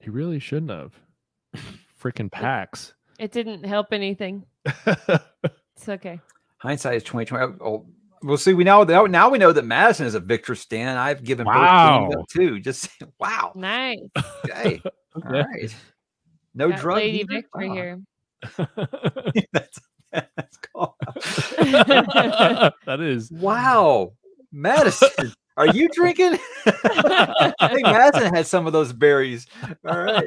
Speaker 3: He really shouldn't have. Freaking packs.
Speaker 2: It didn't help anything. It's okay.
Speaker 1: Hindsight is twenty twenty. Oh, we'll see. We now now now we know that Madison is a Victor Stan. I've given birth to
Speaker 3: Wow.
Speaker 1: him too. Just wow.
Speaker 2: Nice.
Speaker 1: Okay. All right. No
Speaker 2: Got
Speaker 1: drug
Speaker 2: Lady
Speaker 1: either?
Speaker 2: Victory
Speaker 1: Ah,
Speaker 2: here.
Speaker 1: that's, that's called. out.
Speaker 3: that is
Speaker 1: Wow, Madison, are you drinking? I think Madison had some of those berries. All right.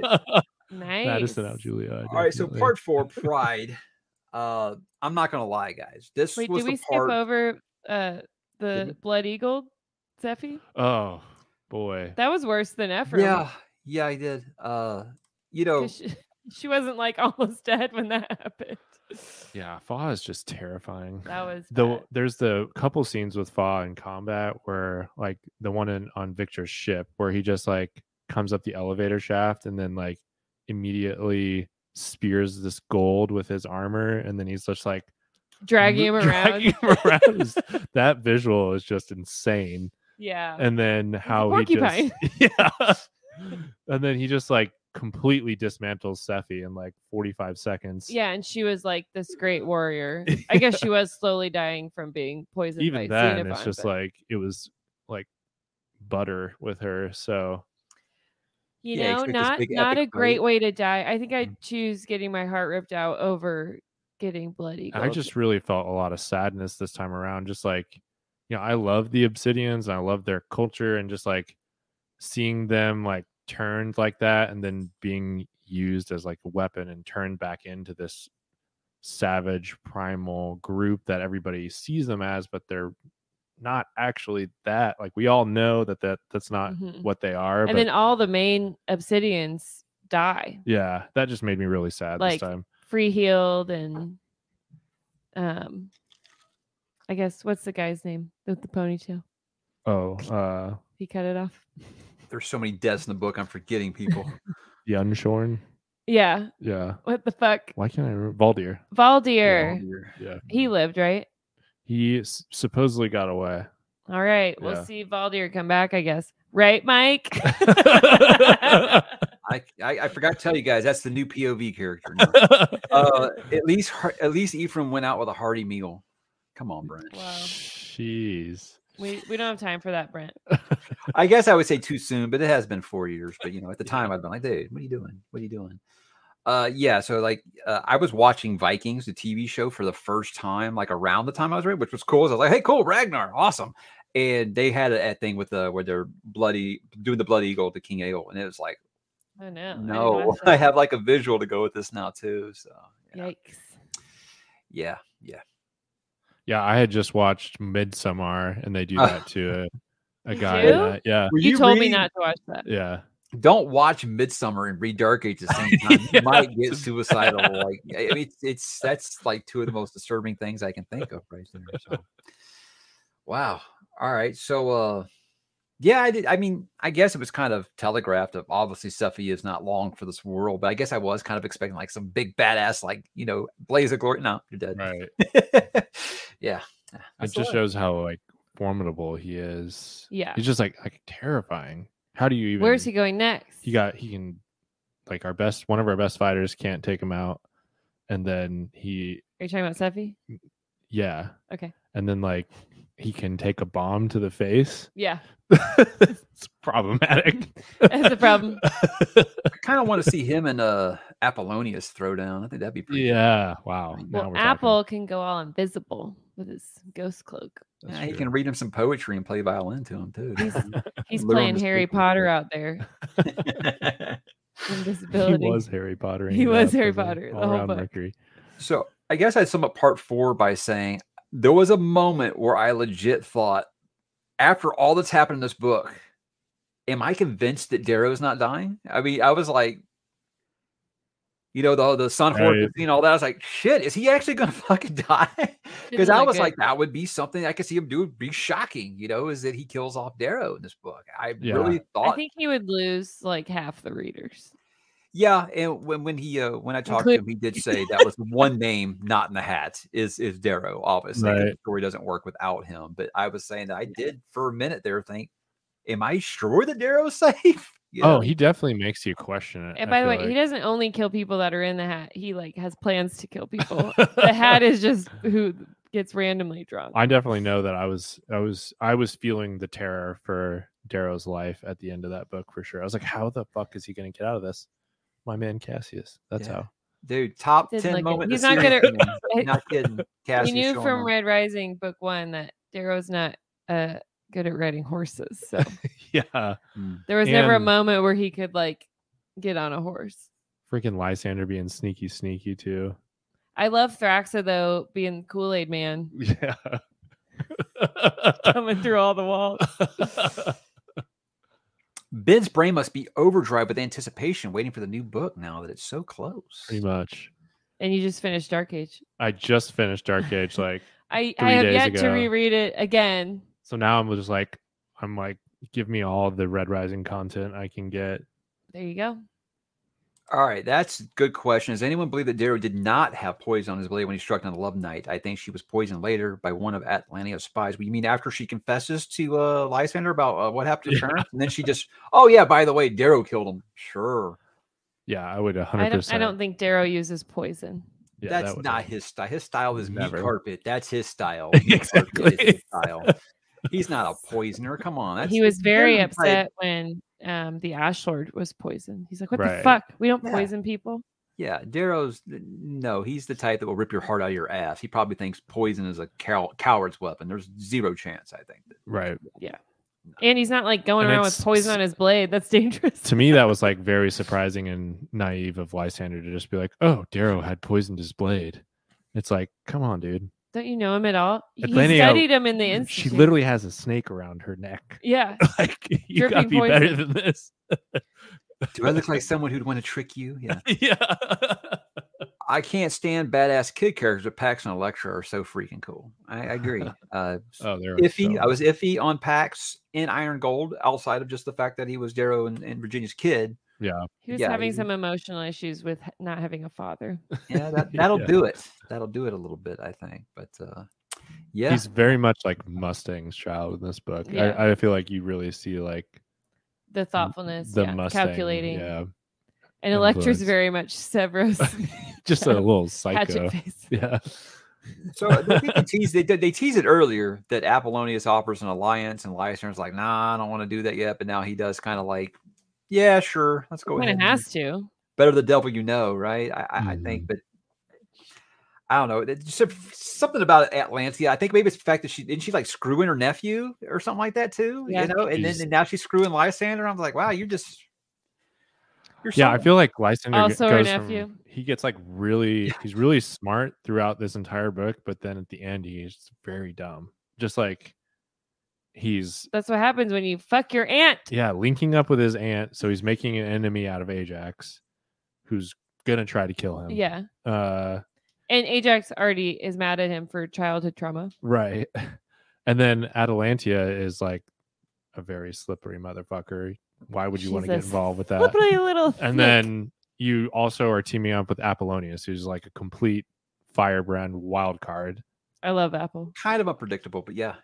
Speaker 2: Nice.
Speaker 3: Madison out Julia.
Speaker 1: All right, so
Speaker 3: definitely.
Speaker 1: part four, pride. Uh, I'm not gonna lie, guys. This
Speaker 2: Wait,
Speaker 1: was
Speaker 2: did we
Speaker 1: the
Speaker 2: skip
Speaker 1: part.
Speaker 2: over uh the
Speaker 1: we?
Speaker 2: Blood Eagle, Zeffy?
Speaker 3: Oh boy.
Speaker 2: That was worse than Ephraim.
Speaker 1: yeah, yeah, I did. Uh, you know,
Speaker 2: 'cause She, she wasn't like almost dead when that happened.
Speaker 3: Yeah, Fa is just terrifying.
Speaker 2: That was
Speaker 3: the
Speaker 2: bad.
Speaker 3: there's the couple scenes with Fa in combat where like the one in, on Victor's ship where he just like comes up the elevator shaft and then like immediately spears this gold with his armor and then he's just like
Speaker 2: dragging him
Speaker 3: mo-
Speaker 2: around.
Speaker 3: dragging him around is- that visual is just insane.
Speaker 2: yeah.
Speaker 3: And then
Speaker 2: a
Speaker 3: how he just yeah, and then he just like completely dismantles Sephi in like 45 seconds.
Speaker 2: yeah, and she was like this great warrior. I guess she was slowly dying from being poisoned by
Speaker 3: even then it's
Speaker 2: Xenophon,
Speaker 3: just
Speaker 2: but-
Speaker 3: like it was like butter with her so
Speaker 2: you
Speaker 1: Yeah,
Speaker 2: know,
Speaker 1: expect this
Speaker 2: not
Speaker 1: big
Speaker 2: not a
Speaker 1: epic
Speaker 2: great
Speaker 1: fight. Mm.
Speaker 2: way to die. I think I'd choose getting my heart ripped out over getting blood eagle.
Speaker 3: i just really felt a lot of sadness this time around just like you know i love the obsidians and i love their culture and just like seeing them like turned like that and then being used as like a weapon and turned back into this savage primal group that everybody sees them as but they're not actually that like we all know that that that's not
Speaker 2: Mhm.
Speaker 3: what they are but
Speaker 2: and then all the main obsidians die,
Speaker 3: yeah that just made me really sad
Speaker 2: Like,
Speaker 3: this time
Speaker 2: free healed and um, I guess what's the guy's name with the ponytail?
Speaker 3: Oh, uh,
Speaker 2: He cut it off.
Speaker 1: there's so many deaths in the book. I'm forgetting people.
Speaker 3: the Unshorn.
Speaker 2: Yeah,
Speaker 3: Yeah.
Speaker 2: what the fuck,
Speaker 3: Why can't I remember? Valdir.
Speaker 2: Valdir?
Speaker 1: Dear.
Speaker 3: Yeah.
Speaker 2: He lived, right?
Speaker 3: He s- supposedly got away.
Speaker 2: All right, we'll
Speaker 3: Yeah.
Speaker 2: see Valdir come back. I guess, right, Mike?
Speaker 1: I, I I forgot to tell you guys that's the new POV character. now. uh, at least Har- at least Ephraim went out with a hearty meal. Come on, Brent.
Speaker 2: Wow.
Speaker 3: Jeez.
Speaker 2: we we don't have time for that, Brent.
Speaker 1: I guess I would say too soon, but it has been four years. But you know, at the time, I've been like, dude, what are you doing? What are you doing? Uh, yeah. So like, uh, I was watching Vikings, the TV show, for the first time, like around the time I was ready, which was cool. 'cause I was like, hey, cool, Ragnar, awesome. And they had a, a thing with the where they're bloody doing the blood eagle to King Eagle, and it was like,
Speaker 2: Oh no. I didn't
Speaker 1: no,
Speaker 2: watch
Speaker 1: I
Speaker 2: that.
Speaker 1: have like a visual to go with this now too. So yeah,
Speaker 2: Yikes.
Speaker 1: yeah, yeah.
Speaker 3: Yeah, I had just watched Midsommar, and they do
Speaker 1: Uh,
Speaker 3: that to a, a
Speaker 2: They
Speaker 3: guy.
Speaker 2: do?
Speaker 3: in that. Yeah.
Speaker 1: Were
Speaker 2: You, told me
Speaker 1: reading-
Speaker 2: not to watch that.
Speaker 3: Yeah.
Speaker 1: don't watch Midsummer and read Dark Age at the same time. You might get
Speaker 3: Yes.
Speaker 1: suicidal. Like I mean, it's, it's that's like two of the most disturbing things I can think of right there. So. Wow. All right. So uh Yeah, I did. I mean, I guess it was kind of telegraphed. Of obviously, Suffy is not long for this world, but I guess I was kind of expecting like some big badass, like you know, blaze of glory. No, you're dead.
Speaker 3: Right.
Speaker 1: yeah,
Speaker 3: It just shows how like formidable he is.
Speaker 2: Yeah.
Speaker 3: He's just like like terrifying. How do you even?
Speaker 2: Where's he going next?
Speaker 3: He got he can like our best one of our best fighters can't take him out, and then he
Speaker 2: Are you talking about Seffy?
Speaker 3: yeah,
Speaker 2: Okay.
Speaker 3: and then like he can take a bomb to the face.
Speaker 2: Yeah.
Speaker 3: it's problematic.
Speaker 2: That's a problem.
Speaker 1: I kind of want to see him and uh Apollonius throw down. I think that'd be pretty.
Speaker 3: yeah. Wow. now
Speaker 2: Well,
Speaker 3: we're talking.
Speaker 2: Apple can go all invisible with his ghost cloak.
Speaker 1: Yeah,
Speaker 3: That's
Speaker 1: he
Speaker 3: true.
Speaker 1: can read him some poetry and play violin to him too.
Speaker 2: He's, he's
Speaker 1: Lure him
Speaker 2: playing
Speaker 1: to
Speaker 2: Harry
Speaker 1: sleep with
Speaker 2: Potter
Speaker 1: it.
Speaker 2: out there.
Speaker 3: He
Speaker 2: Invisibility.
Speaker 3: was Harry Potter.
Speaker 2: He was Harry Potter, the
Speaker 3: All
Speaker 2: whole
Speaker 3: around
Speaker 2: book.
Speaker 3: Mercury.
Speaker 1: so I guess I'd sum up part four by saying there was a moment where I legit thought, after all that's happened in this book, am I convinced that Darrow's not dying? I mean, I was like, you know, the the sun horn
Speaker 3: Right.
Speaker 1: and all that. I was like, shit, is he actually gonna fucking die?
Speaker 2: Didn't
Speaker 1: Because I
Speaker 2: look
Speaker 1: was
Speaker 2: good.
Speaker 1: like, that would be something I could see him do would be shocking, you know, is that he kills off Darrow in this book. I
Speaker 3: Yeah.
Speaker 1: really
Speaker 2: I
Speaker 1: thought
Speaker 2: think he would lose like half the readers.
Speaker 1: Yeah, and when when he uh, when I talked to
Speaker 2: Include-
Speaker 1: him, he did say that was the one name not in the hat is is Darrow. Obviously, 'cause
Speaker 3: Right.
Speaker 1: the story doesn't work without him. But I was saying that I did for a minute there think, am I sure that Darrow's safe? You
Speaker 3: Oh,
Speaker 1: know?
Speaker 3: he definitely makes you question it.
Speaker 2: And
Speaker 3: I
Speaker 2: by the way,
Speaker 3: feel
Speaker 2: he
Speaker 3: like.
Speaker 2: doesn't only kill people that are in the hat. He like has plans to kill people. the hat is just who gets randomly drunk.
Speaker 3: I definitely know that I was I was I was feeling the terror for Darrow's life at the end of that book for sure. I was like, how the fuck is he gonna get out of this? My man Cassius. That's
Speaker 1: Yeah.
Speaker 3: how.
Speaker 1: dude, top
Speaker 2: Didn't
Speaker 1: ten
Speaker 2: like it.
Speaker 1: moment. in the
Speaker 2: He's not
Speaker 1: series,
Speaker 2: gonna-
Speaker 1: man. not kidding.
Speaker 2: we
Speaker 1: Cassius
Speaker 2: knew
Speaker 1: showing
Speaker 2: from
Speaker 1: off.
Speaker 2: Red Rising book one that Darrow's not uh good at riding horses. So
Speaker 3: Yeah.
Speaker 2: there was never a
Speaker 3: And-
Speaker 2: moment where he could like get on a horse.
Speaker 3: Freaking Lysander being sneaky sneaky too.
Speaker 2: I love Thraxa though being Kool Aid Man
Speaker 3: Yeah.
Speaker 2: coming through all the walls.
Speaker 1: Ben's brain must be overdrive with anticipation, waiting for the new book now that it's so close.
Speaker 3: Pretty much.
Speaker 2: And you just finished Dark Age.
Speaker 3: I just finished Dark Age like
Speaker 2: I,
Speaker 3: Three
Speaker 2: I have
Speaker 3: days
Speaker 2: yet to
Speaker 3: ago.
Speaker 2: reread it again.
Speaker 3: So now I'm just like, I'm like, give me all the Red Rising content I can get.
Speaker 2: There you go.
Speaker 1: All right, that's a good question. Does anyone believe that Darrow did not have poison on his blade when he struck down the Love Knight? I think she was poisoned later by one of Atlantea's spies. Well, You mean after she confesses to uh, Lysander about uh, what happened to
Speaker 3: Yeah.
Speaker 1: Terrence? And then she just, oh, yeah, by the way, Darrow killed him. Sure.
Speaker 3: Yeah, I would 100%.
Speaker 2: I don't, I don't think Darrow uses poison.
Speaker 3: yeah,
Speaker 1: that's
Speaker 3: that would-
Speaker 1: not his style. His style is
Speaker 3: Never.
Speaker 1: meat carpet. That's his style. Meat carpet is his
Speaker 3: Exactly.
Speaker 1: style. He's not a poisoner. Come on. That's,
Speaker 2: he was very
Speaker 1: Darrow's like-
Speaker 2: upset when um, the Ash Lord was poisoned. He's like, "What
Speaker 3: Right.
Speaker 2: the fuck? We don't
Speaker 1: Yeah.
Speaker 2: poison people."
Speaker 1: Yeah, Darrow's no, he's the type that will rip your heart out of your ass. He probably thinks poison is a cow- coward's weapon. There's zero chance, I think.
Speaker 3: Right.
Speaker 2: And he's not like going
Speaker 3: And
Speaker 2: around
Speaker 3: it's-
Speaker 2: with poison on his blade. That's dangerous.
Speaker 3: To me, that was like very surprising and naive of Lysander to just be like, oh, Darrow had poisoned his blade. It's like, come on, dude.
Speaker 2: Don't you know him at all?
Speaker 3: Atlantea-
Speaker 2: he studied him in the
Speaker 3: She
Speaker 2: institute.
Speaker 3: literally has a snake around her neck.
Speaker 2: yeah.
Speaker 3: Like, you gotta
Speaker 2: Dripping
Speaker 3: be
Speaker 2: poison.
Speaker 3: better than this.
Speaker 1: Do I look like someone who'd want to trick you? Yeah.
Speaker 3: yeah.
Speaker 1: I can't stand badass kid characters, but Pax and Electra are so freaking cool. I, I agree. Uh, s-
Speaker 3: Oh, there.
Speaker 1: iffy. I was iffy on Pax in Iron Gold, outside of just the fact that he was Darrow and, and Virginia's kid.
Speaker 2: He was
Speaker 1: Yeah,
Speaker 2: having
Speaker 1: he-
Speaker 2: some emotional issues with h- not having a father.
Speaker 1: Yeah, that, that'll
Speaker 3: Yeah.
Speaker 1: do it. That'll do it a little bit, I think. But uh, yeah,
Speaker 3: He's very much like Mustang's child in this book.
Speaker 2: Yeah.
Speaker 3: I, I feel like you really see like
Speaker 2: The thoughtfulness,
Speaker 3: the
Speaker 2: yeah,
Speaker 3: Mustang,
Speaker 2: calculating,
Speaker 3: Yeah.
Speaker 2: and Electra's
Speaker 3: influence.
Speaker 2: very much Severus
Speaker 3: Just a little psycho.
Speaker 2: hatchet face.
Speaker 3: Yeah.
Speaker 1: So uh, I think they teased they, did- they teased it earlier that Apollonius offers an alliance, and Lysander's like, "Nah, I don't want to do that yet." But now he does kind of like, "Yeah, sure, let's go
Speaker 2: Kind
Speaker 1: ahead."
Speaker 2: of
Speaker 1: and
Speaker 2: has to.
Speaker 1: Better the devil you know, right? I, I, I
Speaker 3: Mm-hmm.
Speaker 1: think, but I don't know. It's just something about Atlantia. I think maybe it's the fact that she didn't she like screwing her nephew or something like that too.
Speaker 2: Yeah.
Speaker 1: You know, and then
Speaker 3: She's-
Speaker 1: and now she's screwing Lysander. I'm like, wow, you're just you're
Speaker 3: Yeah, I
Speaker 1: someone."
Speaker 3: feel like Lysander g-
Speaker 2: Also her
Speaker 3: goes
Speaker 2: nephew.
Speaker 3: From, he gets like really, he's really smart throughout this entire book, but then at the end, he's very dumb. Just like he's,
Speaker 2: That's what happens when you fuck your aunt.
Speaker 3: yeah, linking up with his aunt. So he's making an enemy out of Ajax, who's gonna try to kill him.
Speaker 2: Yeah.
Speaker 3: Uh,
Speaker 2: And Ajax already is mad at him for childhood trauma.
Speaker 3: right. And then Atalantia is like a very slippery motherfucker. Why would you want
Speaker 2: She's
Speaker 3: to
Speaker 2: a
Speaker 3: get involved with that?
Speaker 2: Slippery little.
Speaker 3: And then you also are teaming up with Apollonius, who's like a complete firebrand wild card.
Speaker 2: I love Apple.
Speaker 1: Kind of unpredictable, but yeah.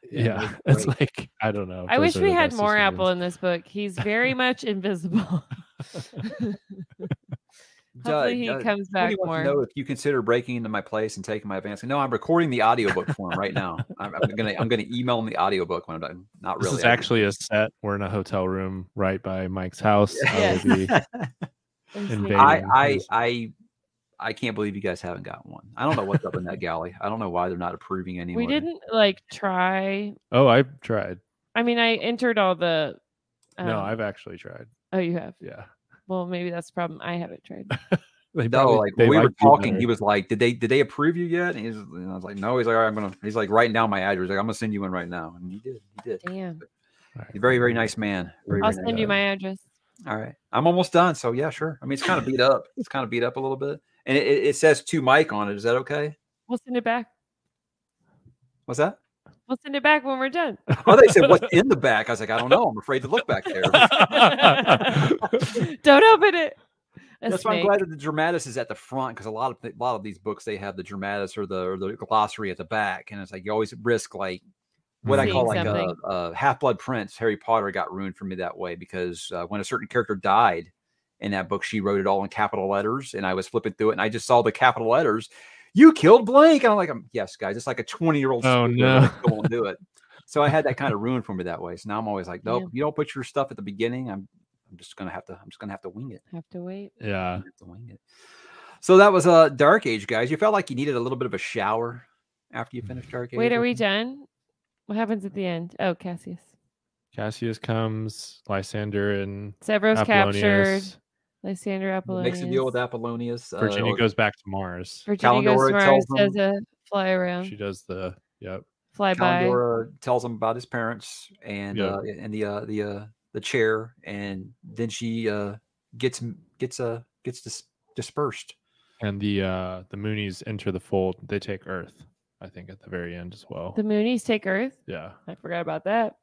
Speaker 1: it
Speaker 3: Yeah,
Speaker 1: was
Speaker 3: it's
Speaker 1: great.
Speaker 3: like I don't know.
Speaker 2: I
Speaker 3: Those
Speaker 2: wish
Speaker 3: are
Speaker 2: we
Speaker 3: the
Speaker 2: had
Speaker 3: best
Speaker 2: more
Speaker 3: decisions.
Speaker 2: Apple in this book. He's very much invisible. Hopefully he
Speaker 1: Doug, Doug,
Speaker 2: comes back
Speaker 1: somebody wants to
Speaker 2: more.
Speaker 1: know if you consider breaking into my place and taking my advance. No, I'm recording the audiobook for him right now. I'm, I'm gonna I'm gonna email him the audiobook when I'm done. Not
Speaker 3: This
Speaker 1: really.
Speaker 3: is actually a set. We're in a hotel room right by Mike's house. I will be
Speaker 2: Let's see.
Speaker 3: invading
Speaker 1: I I
Speaker 3: his-
Speaker 1: I I can't believe you guys haven't got one. I don't know what's up in that galley. I don't know why they're not approving anyone.
Speaker 2: We didn't like try.
Speaker 3: Oh, I tried.
Speaker 2: I mean, I entered all the.
Speaker 3: no,
Speaker 2: um,
Speaker 3: I've actually tried.
Speaker 2: Oh, you have.
Speaker 3: Yeah.
Speaker 2: Well, maybe that's the problem. I haven't tried.
Speaker 1: No,
Speaker 3: They probably-
Speaker 1: like
Speaker 3: they
Speaker 1: when we were
Speaker 3: might do
Speaker 1: talking,
Speaker 3: better.
Speaker 1: he was like, "Did they did they approve you yet?" And, he's, and I was like, "No." He's like, "All right, I'm gonna." He's like, "Writing down my address. Like, I'm gonna send you one right now." And he did. He did.
Speaker 2: Damn.
Speaker 3: All right.
Speaker 1: He's a very very nice man. Very,
Speaker 2: I'll
Speaker 1: very nice
Speaker 2: send you
Speaker 1: guy.
Speaker 2: my address.
Speaker 1: All right, I'm almost done. So yeah, sure. I mean, it's kind of beat up. It's kind of beat up a little bit, and it, it it says to Mike on it. Is that okay?
Speaker 2: We'll send it back.
Speaker 1: What's that?
Speaker 2: We'll send it back when we're done.
Speaker 1: Oh, they said what's in the back. I was like, I don't know. I'm afraid to look back there. But
Speaker 2: Don't open it. A
Speaker 1: That's why I'm
Speaker 2: snake.
Speaker 1: glad that the dramatis is at the front because a lot of th- a lot of these books they have the dramatis or the or the glossary at the back, and it's like you always risk like what I
Speaker 2: Seeing
Speaker 1: call like a,
Speaker 2: something.
Speaker 1: a Half Blood Prince. Harry Potter got ruined for me that way because uh, when a certain character died in that book, she wrote it all in capital letters, and I was flipping through it, and I just saw the capital letters. You killed blank, and I'm like, um, yes, guys, it's like a 20 year old.
Speaker 3: Oh,
Speaker 1: won't do it. So I had that kind of ruined for me that way. So now I'm always like,
Speaker 2: Yeah.
Speaker 1: nope, you don't put your stuff at the beginning. I'm I'm just gonna have to I'm just gonna have to wing it.
Speaker 2: Have to wait.
Speaker 3: yeah.
Speaker 1: Have to wing it. So that was a uh, Dark Age, guys. You felt like you needed a little bit of a shower after you finished Dark Age.
Speaker 2: Wait,
Speaker 1: or
Speaker 2: are we
Speaker 1: something?
Speaker 2: done? What happens at the end? Oh, Cassius.
Speaker 3: Cassius comes, Lysander and
Speaker 2: Severus captured.
Speaker 3: Apollonius.
Speaker 2: Lysander Apollonius.
Speaker 1: Makes a deal with Apollonius. uh,
Speaker 3: Virginia
Speaker 1: or-
Speaker 3: goes back to Mars.
Speaker 2: Virginia goes
Speaker 1: Kalendora
Speaker 2: to Mars,
Speaker 1: tells
Speaker 2: does
Speaker 1: him-
Speaker 2: a fly around,
Speaker 3: She does the yep.
Speaker 2: fly by.
Speaker 1: Calendora tells him about his parents and
Speaker 3: uh, Yeah.
Speaker 1: uh, and the uh, the uh, the chair, and then she uh, gets gets uh, gets dis- dispersed.
Speaker 3: And the uh the Moonies enter the fold. They take Earth, I think, at the very end as well.
Speaker 2: The Moonies take Earth.
Speaker 3: yeah.
Speaker 2: I forgot about that.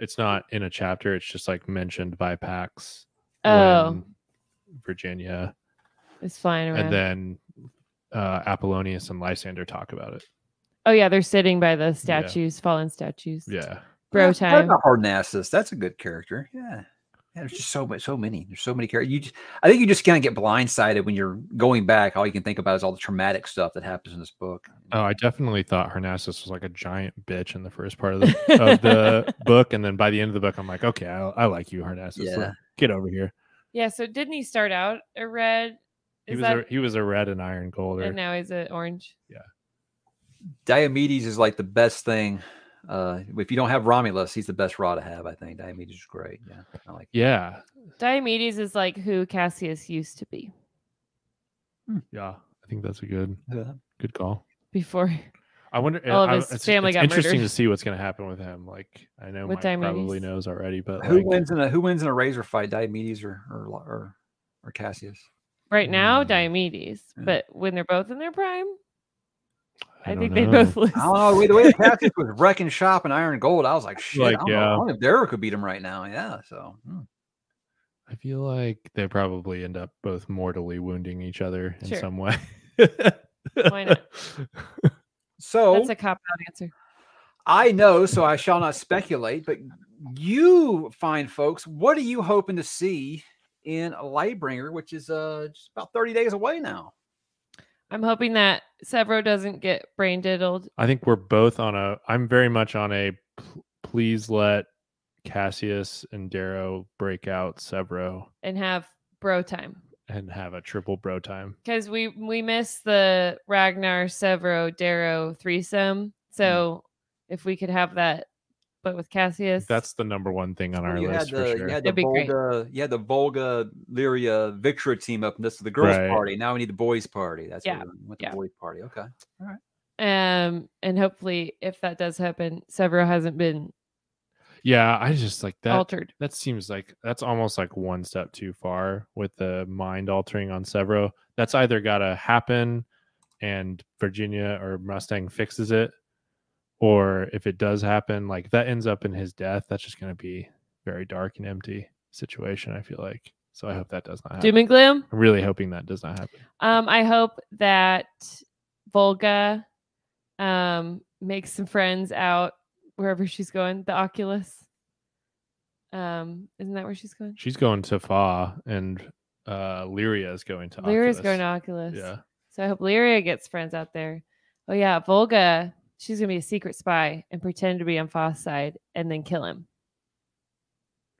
Speaker 3: It's not in a chapter, it's just like mentioned by Pax.
Speaker 2: Oh.
Speaker 3: when Virginia.
Speaker 2: It's flying around.
Speaker 3: And then uh Apollonius and Lysander talk about it.
Speaker 2: oh yeah, they're sitting by the statues, fallen statues.
Speaker 3: Yeah.
Speaker 2: Bro
Speaker 1: Yeah, what
Speaker 2: time.
Speaker 1: about Hardnassus? That's a good character. Yeah. Yeah, there's just so much, so many. There's so many characters. You, just, I think you just kind of get blindsided when you're going back. All you can think about is all the traumatic stuff that happens in this book.
Speaker 3: Oh, I definitely thought Harnassus was like a giant bitch in the first part of the of the book, and then by the end of the book, I'm like, okay, I, I like you, Harnassus. Like,
Speaker 1: Yeah.
Speaker 3: get over here.
Speaker 2: Yeah, so didn't he start out a red?
Speaker 3: He
Speaker 2: Is
Speaker 3: was
Speaker 2: that
Speaker 3: a he was a red and iron golder.
Speaker 2: and now he's an orange.
Speaker 1: Diomedes is like the best thing. Uh, if you don't have Romulus, he's the best Ra to have. I think Diomedes is great. Yeah, I like.
Speaker 3: yeah,
Speaker 2: Diomedes is like who Cassius used to be
Speaker 3: yeah, I think that's a good
Speaker 1: Yeah.
Speaker 3: good call.
Speaker 2: before.
Speaker 3: I wonder. eh,
Speaker 2: All of
Speaker 3: I-
Speaker 2: his
Speaker 3: it's,
Speaker 2: family
Speaker 3: it's
Speaker 2: got
Speaker 3: interesting to
Speaker 2: murdered.
Speaker 3: see what's going to happen with him. Like I know
Speaker 2: With
Speaker 3: Mike probably
Speaker 2: Diomedes.
Speaker 3: knows already, but
Speaker 1: Who
Speaker 3: like,
Speaker 1: wins in a Who wins in a razor fight? Diomedes or or or, or Cassius?
Speaker 2: Right now,
Speaker 3: Mm.
Speaker 2: Diomedes,
Speaker 1: Yeah.
Speaker 2: but when they're both in their prime, I,
Speaker 3: don't
Speaker 2: think they
Speaker 3: know.
Speaker 2: both lose.
Speaker 1: I don't know. The way- the way Cassius was wrecking shop and Iron Gold, I was like, shit.
Speaker 3: Like,
Speaker 1: I don't know.
Speaker 3: yeah.
Speaker 1: I wonder if Derek could beat him right now. Yeah. So hmm.
Speaker 3: I feel like they probably end up both mortally wounding each other in
Speaker 2: Sure.
Speaker 3: some way.
Speaker 2: Why not?
Speaker 1: so
Speaker 2: That's a cop out answer.
Speaker 1: I know, so I shall not speculate, but you fine folks, what are you hoping to see in Lightbringer, which is uh just about 30 days away now?
Speaker 2: I'm hoping that Severo doesn't get brain diddled.
Speaker 3: I think we're both on a. I'm very much on a. pl- Please let Cassius and Darrow break out Severo
Speaker 2: and have bro time
Speaker 3: and have a triple bro time.
Speaker 2: because we we miss the Ragnar Severo Darrow
Speaker 3: Mm.
Speaker 2: threesome. So if we could have that, but with Cassius,
Speaker 3: That's the number one thing on
Speaker 1: Well,
Speaker 3: our
Speaker 1: Oh, you
Speaker 3: list
Speaker 1: had the
Speaker 3: for sure.
Speaker 1: you had the
Speaker 2: That'd be great.
Speaker 1: Volga, you had the Volga Lyria Victra team up, and this is the girls'
Speaker 3: Right.
Speaker 1: party. Now we need the boys' party. That's
Speaker 2: Yeah,
Speaker 1: what we're doing, with the
Speaker 2: yeah.
Speaker 1: boys' party. Okay.
Speaker 2: um, and hopefully if that does happen, Severo hasn't been
Speaker 3: yeah, I just like that.
Speaker 2: altered.
Speaker 3: that seems like that's almost like one step too far with the mind altering on Severo. That's either got to happen and Virginia or Mustang fixes it, or if it does happen, like if that ends up in his death, that's just going to be very dark and empty situation. I feel like so. I hope that does not happen.
Speaker 2: Doom and gloom.
Speaker 3: I'm really hoping that does not happen.
Speaker 2: Um, I hope that Volga um makes some friends out wherever she's going. The Oculus. Um, isn't that where she's going?
Speaker 3: She's going to Fa, and uh, Lyria is going to.
Speaker 2: Lyria's
Speaker 3: Oculus.
Speaker 2: going to Oculus.
Speaker 3: Yeah,
Speaker 2: So I hope Lyria gets friends out there. Oh yeah, Volga. She's gonna be a secret spy and pretend to be on Foss side and then kill him.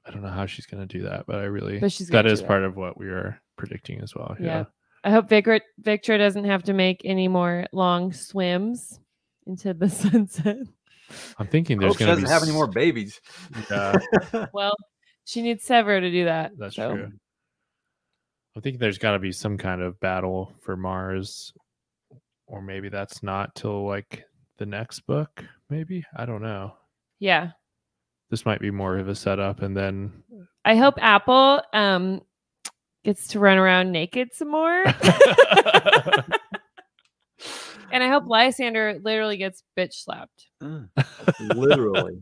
Speaker 3: I don't know how she's going to do that, but I really
Speaker 2: But she's gonna
Speaker 3: that is
Speaker 2: do it.
Speaker 3: part of what we are predicting as well.
Speaker 2: Yeah. I hope Victor Victor doesn't have to make any more long swims into the sunset.
Speaker 3: I'm thinking
Speaker 1: Hope
Speaker 3: there's
Speaker 1: she
Speaker 3: going to
Speaker 1: Oh, doesn't
Speaker 3: be
Speaker 1: have any
Speaker 3: s-
Speaker 1: more babies.
Speaker 3: Yeah,
Speaker 2: well, she needs Severo to do that.
Speaker 3: that's
Speaker 2: so.
Speaker 3: true. I think there's got to be some kind of battle for Mars, or maybe that's not till like the next book. Maybe I don't know.
Speaker 2: Yeah.
Speaker 3: This might be more of a setup, and then
Speaker 2: I hope Apple um gets to run around naked some more. and I hope Lysander literally gets bitch slapped.
Speaker 1: Mm, literally.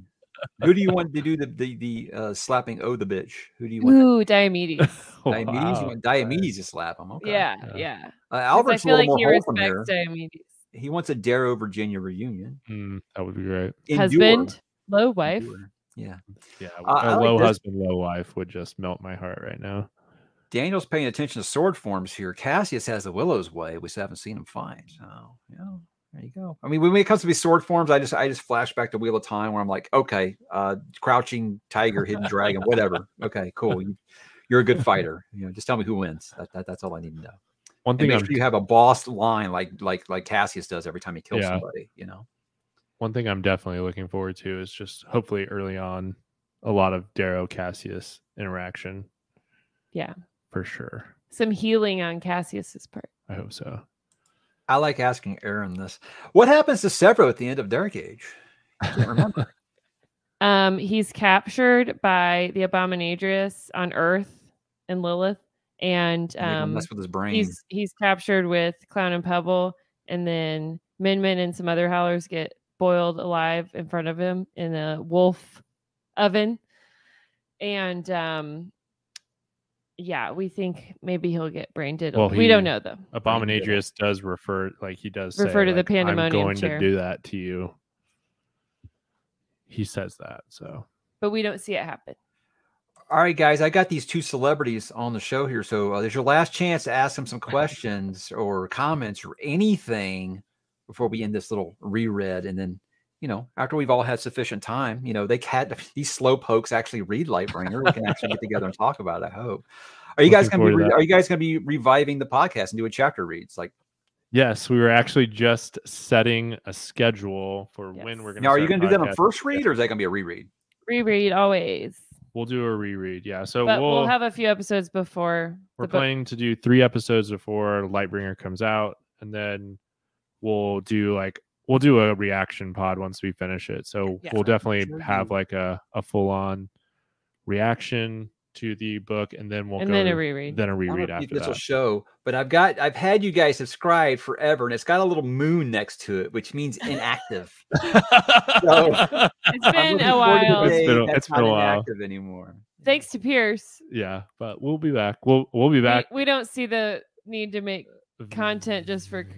Speaker 1: Who do you want to do the the, the uh, slapping? Oh, the bitch. Who do you want?
Speaker 2: Ooh, Diomedes.
Speaker 1: Diomedes. You want Diomedes to slap him? Okay.
Speaker 2: Yeah,
Speaker 3: Yeah.
Speaker 2: yeah. 'Cause
Speaker 1: Uh, Albert's a little more
Speaker 2: he
Speaker 1: wholesome
Speaker 2: respects
Speaker 1: here.
Speaker 2: Diomedes.
Speaker 1: He wants a Darrow Virginia reunion.
Speaker 3: Mm, that would be great.
Speaker 1: Endure.
Speaker 2: Husband, low wife.
Speaker 1: Endure. Yeah.
Speaker 3: Yeah, a
Speaker 1: I like
Speaker 3: low
Speaker 1: this-
Speaker 3: husband, low wife would just melt my heart right now.
Speaker 1: Daniel's paying attention to sword forms here. Cassius has the Willow's Way. We still haven't seen him find. So yeah, there you go. I mean, when it comes to these sword forms, I just I just flash back to Wheel of Time where I'm like, okay, uh, crouching tiger, hidden dragon, whatever. Okay, cool. You, you're a good fighter. You know, just tell me who wins. That, that, that's all I need to know.
Speaker 3: One
Speaker 1: And
Speaker 3: thing
Speaker 1: make
Speaker 3: I'm
Speaker 1: sure you have a boss line like like like Cassius does every time he kills
Speaker 3: Yeah.
Speaker 1: somebody. You know,
Speaker 3: one thing I'm definitely looking forward to is just hopefully early on a lot of Darrow Cassius interaction.
Speaker 2: Yeah.
Speaker 3: For sure.
Speaker 2: Some healing on Cassius's part.
Speaker 3: I hope so.
Speaker 1: I like asking Aaron this. What happens to Severo at the end of Dark Age? I can't remember.
Speaker 2: Um, he's captured by the Abominadrius on Earth and Lilith, and
Speaker 1: I think I
Speaker 2: um,
Speaker 1: messed with his brain.
Speaker 2: he's he's captured with Clown and Pebble, and then Minmin and some other howlers get boiled alive in front of him in a wolf oven, and um, yeah, we think maybe he'll get brain diddled.
Speaker 3: Well,
Speaker 2: we don't
Speaker 3: he-
Speaker 2: know though.
Speaker 3: Abominadrius does refer like he does say,
Speaker 2: Refer to the
Speaker 3: like, I'm
Speaker 2: pandemonium
Speaker 3: going
Speaker 2: chair."
Speaker 3: to do that to you. He says that. So
Speaker 2: but we don't see it happen.
Speaker 1: All right, guys, I got these two celebrities on the show here. So uh, there's your last chance to ask them some questions or comments or anything before we end this little reread. And then, you know, after we've all had sufficient time, you know, they had these slow pokes actually read Lightbringer. We can actually get together and talk about it. I hope. Are you guys
Speaker 3: Looking
Speaker 1: going to be
Speaker 3: forward to
Speaker 1: re-
Speaker 3: that.
Speaker 1: are you guys going to be reviving the podcast and doing chapter reads? Like,
Speaker 3: yes, we were actually just setting a schedule for when we're
Speaker 2: Yes.
Speaker 3: gonna
Speaker 1: now, are you going
Speaker 3: start
Speaker 1: to do that on
Speaker 3: podcasting.
Speaker 1: first read or is that going to be a reread?
Speaker 2: Reread always,
Speaker 3: We'll do a reread. Yeah. So
Speaker 2: but
Speaker 3: we'll,
Speaker 2: we'll have a few episodes before
Speaker 3: we're
Speaker 2: the book
Speaker 3: planning to do three episodes before Lightbringer comes out, and then we'll do like we'll do a reaction pod once we finish it. So
Speaker 2: Yeah.
Speaker 3: we'll definitely
Speaker 1: Sure
Speaker 3: have
Speaker 1: do.
Speaker 3: like a, a full on reaction to the book, and then we'll
Speaker 2: and
Speaker 3: go
Speaker 2: then a reread.
Speaker 3: then
Speaker 1: I
Speaker 3: a
Speaker 1: don't know
Speaker 3: reread
Speaker 1: if you-
Speaker 3: after
Speaker 1: this will
Speaker 3: that.
Speaker 1: show, but I've got I've had you guys subscribed forever, and it's got a little moon next to it, which means inactive. show.
Speaker 2: it's
Speaker 1: I'm
Speaker 2: been
Speaker 1: looking forward
Speaker 2: a
Speaker 1: to the
Speaker 2: while.
Speaker 3: It's
Speaker 1: day
Speaker 3: been a-
Speaker 1: that's
Speaker 3: it's been a
Speaker 1: not
Speaker 3: while.
Speaker 1: inactive anymore.
Speaker 2: Thanks to Pierce,
Speaker 3: yeah, but we'll be back. We'll we'll be
Speaker 2: we-
Speaker 3: back.
Speaker 2: We, don't see the need to make content just for c-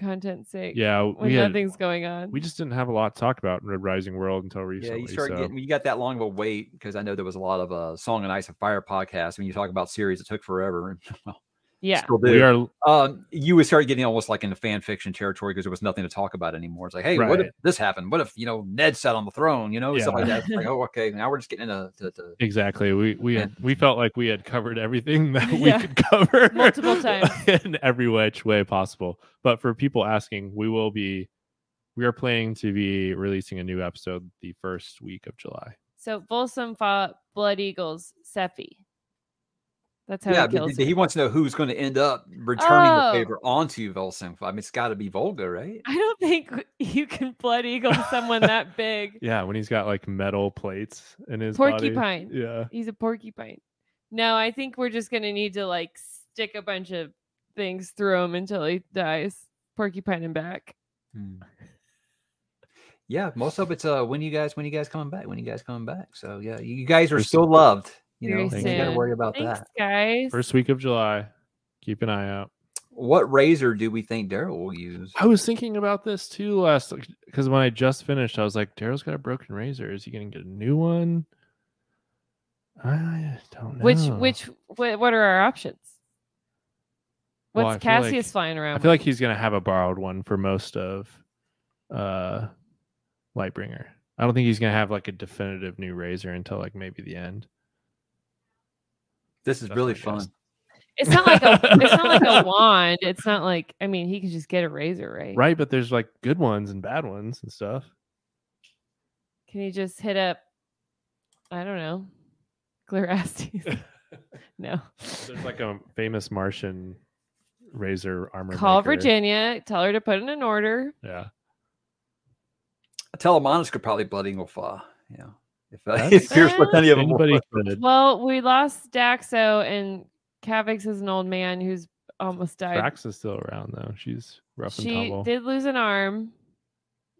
Speaker 2: content's sake.
Speaker 3: Yeah,
Speaker 2: when
Speaker 3: we had,
Speaker 2: nothing's going on.
Speaker 3: we just didn't have a lot to talk about in Red Rising World until
Speaker 1: Yeah,
Speaker 3: recently.
Speaker 1: you start
Speaker 3: so
Speaker 1: getting you got that long of a wait because I know there was a lot of uh, Song and Ice and Fire podcasts when you talk about series it took forever and well,
Speaker 2: yeah,
Speaker 1: still
Speaker 3: we
Speaker 1: do.
Speaker 3: are
Speaker 1: Um, you would start getting almost like into fan fiction territory because there was nothing to talk about anymore. It's like, hey, what if
Speaker 3: Right.
Speaker 1: this happened? What if you know Ned sat on the throne? You know, stuff like
Speaker 2: Yeah.
Speaker 1: that. It's like, oh, okay, now we're just getting into to, to
Speaker 3: Exactly. We we
Speaker 1: Yeah.
Speaker 3: had, we felt like we had covered everything that we
Speaker 2: Yeah.
Speaker 3: could cover
Speaker 2: Multiple times.
Speaker 3: in every which way possible. But for people asking, we will be we are planning to be releasing a new episode the first week of July.
Speaker 2: so Volsum fought Blood Eagles Sephi. That's how
Speaker 1: yeah,
Speaker 2: he
Speaker 1: but
Speaker 2: kills.
Speaker 1: he, he
Speaker 2: her.
Speaker 1: wants to know who's going to end up returning
Speaker 2: Oh.
Speaker 1: the favor onto Volsung. I mean, it's got to be Volga, right?
Speaker 2: I don't think you can Blood Eagle someone that big.
Speaker 3: Yeah, when he's got like metal plates in his body.
Speaker 2: Porcupine.
Speaker 3: Yeah.
Speaker 2: He's a porcupine. No, I think we're just gonna need to like stick a bunch of things
Speaker 3: Hmm.
Speaker 2: through him until he dies. Porcupine and back.
Speaker 1: Hmm. yeah, most of it's uh when you guys when you guys coming back when you guys coming back. So yeah, you guys are still loved. You know,
Speaker 2: Very
Speaker 1: you got to
Speaker 2: soon.
Speaker 1: worry about
Speaker 2: Thanks,
Speaker 1: that.
Speaker 2: guys.
Speaker 3: First week of July. Keep an eye out.
Speaker 1: What razor do we think Daryl will use?
Speaker 3: I was thinking about this too last because when I just finished, I was like, Daryl's got a broken razor. Is he gonna get a new one? I don't know.
Speaker 2: which which what, what are our options?
Speaker 3: Well,
Speaker 2: What's
Speaker 3: I feel like-
Speaker 2: Cassius flying around?
Speaker 3: I feel
Speaker 2: with?
Speaker 3: like he's gonna have a borrowed one for most of uh Lightbringer. I don't think he's gonna have like a definitive new razor until like maybe the end.
Speaker 1: This is
Speaker 3: That's
Speaker 1: really
Speaker 3: my guess.
Speaker 1: fun.
Speaker 2: it's not like a it's not like a wand. It's not like I mean he could just get a razor, right?
Speaker 3: Right, but there's like good ones and bad ones and stuff.
Speaker 2: Can he just hit up? I don't know, Glarastes. no.
Speaker 3: There's like a famous Martian razor armor.
Speaker 2: Call
Speaker 3: maker.
Speaker 2: Virginia. Tell her to put in an order.
Speaker 3: Yeah.
Speaker 1: Telemonus could probably blood Eagle Fa. Yeah. If, uh,
Speaker 3: That's-
Speaker 1: if here's what any of them were.
Speaker 3: Anybody could.
Speaker 2: Well, we lost Daxo, and Cavix is an old man who's almost died.
Speaker 3: Brax is still around though. She's rough and
Speaker 2: she
Speaker 3: tumble.
Speaker 2: did lose an arm,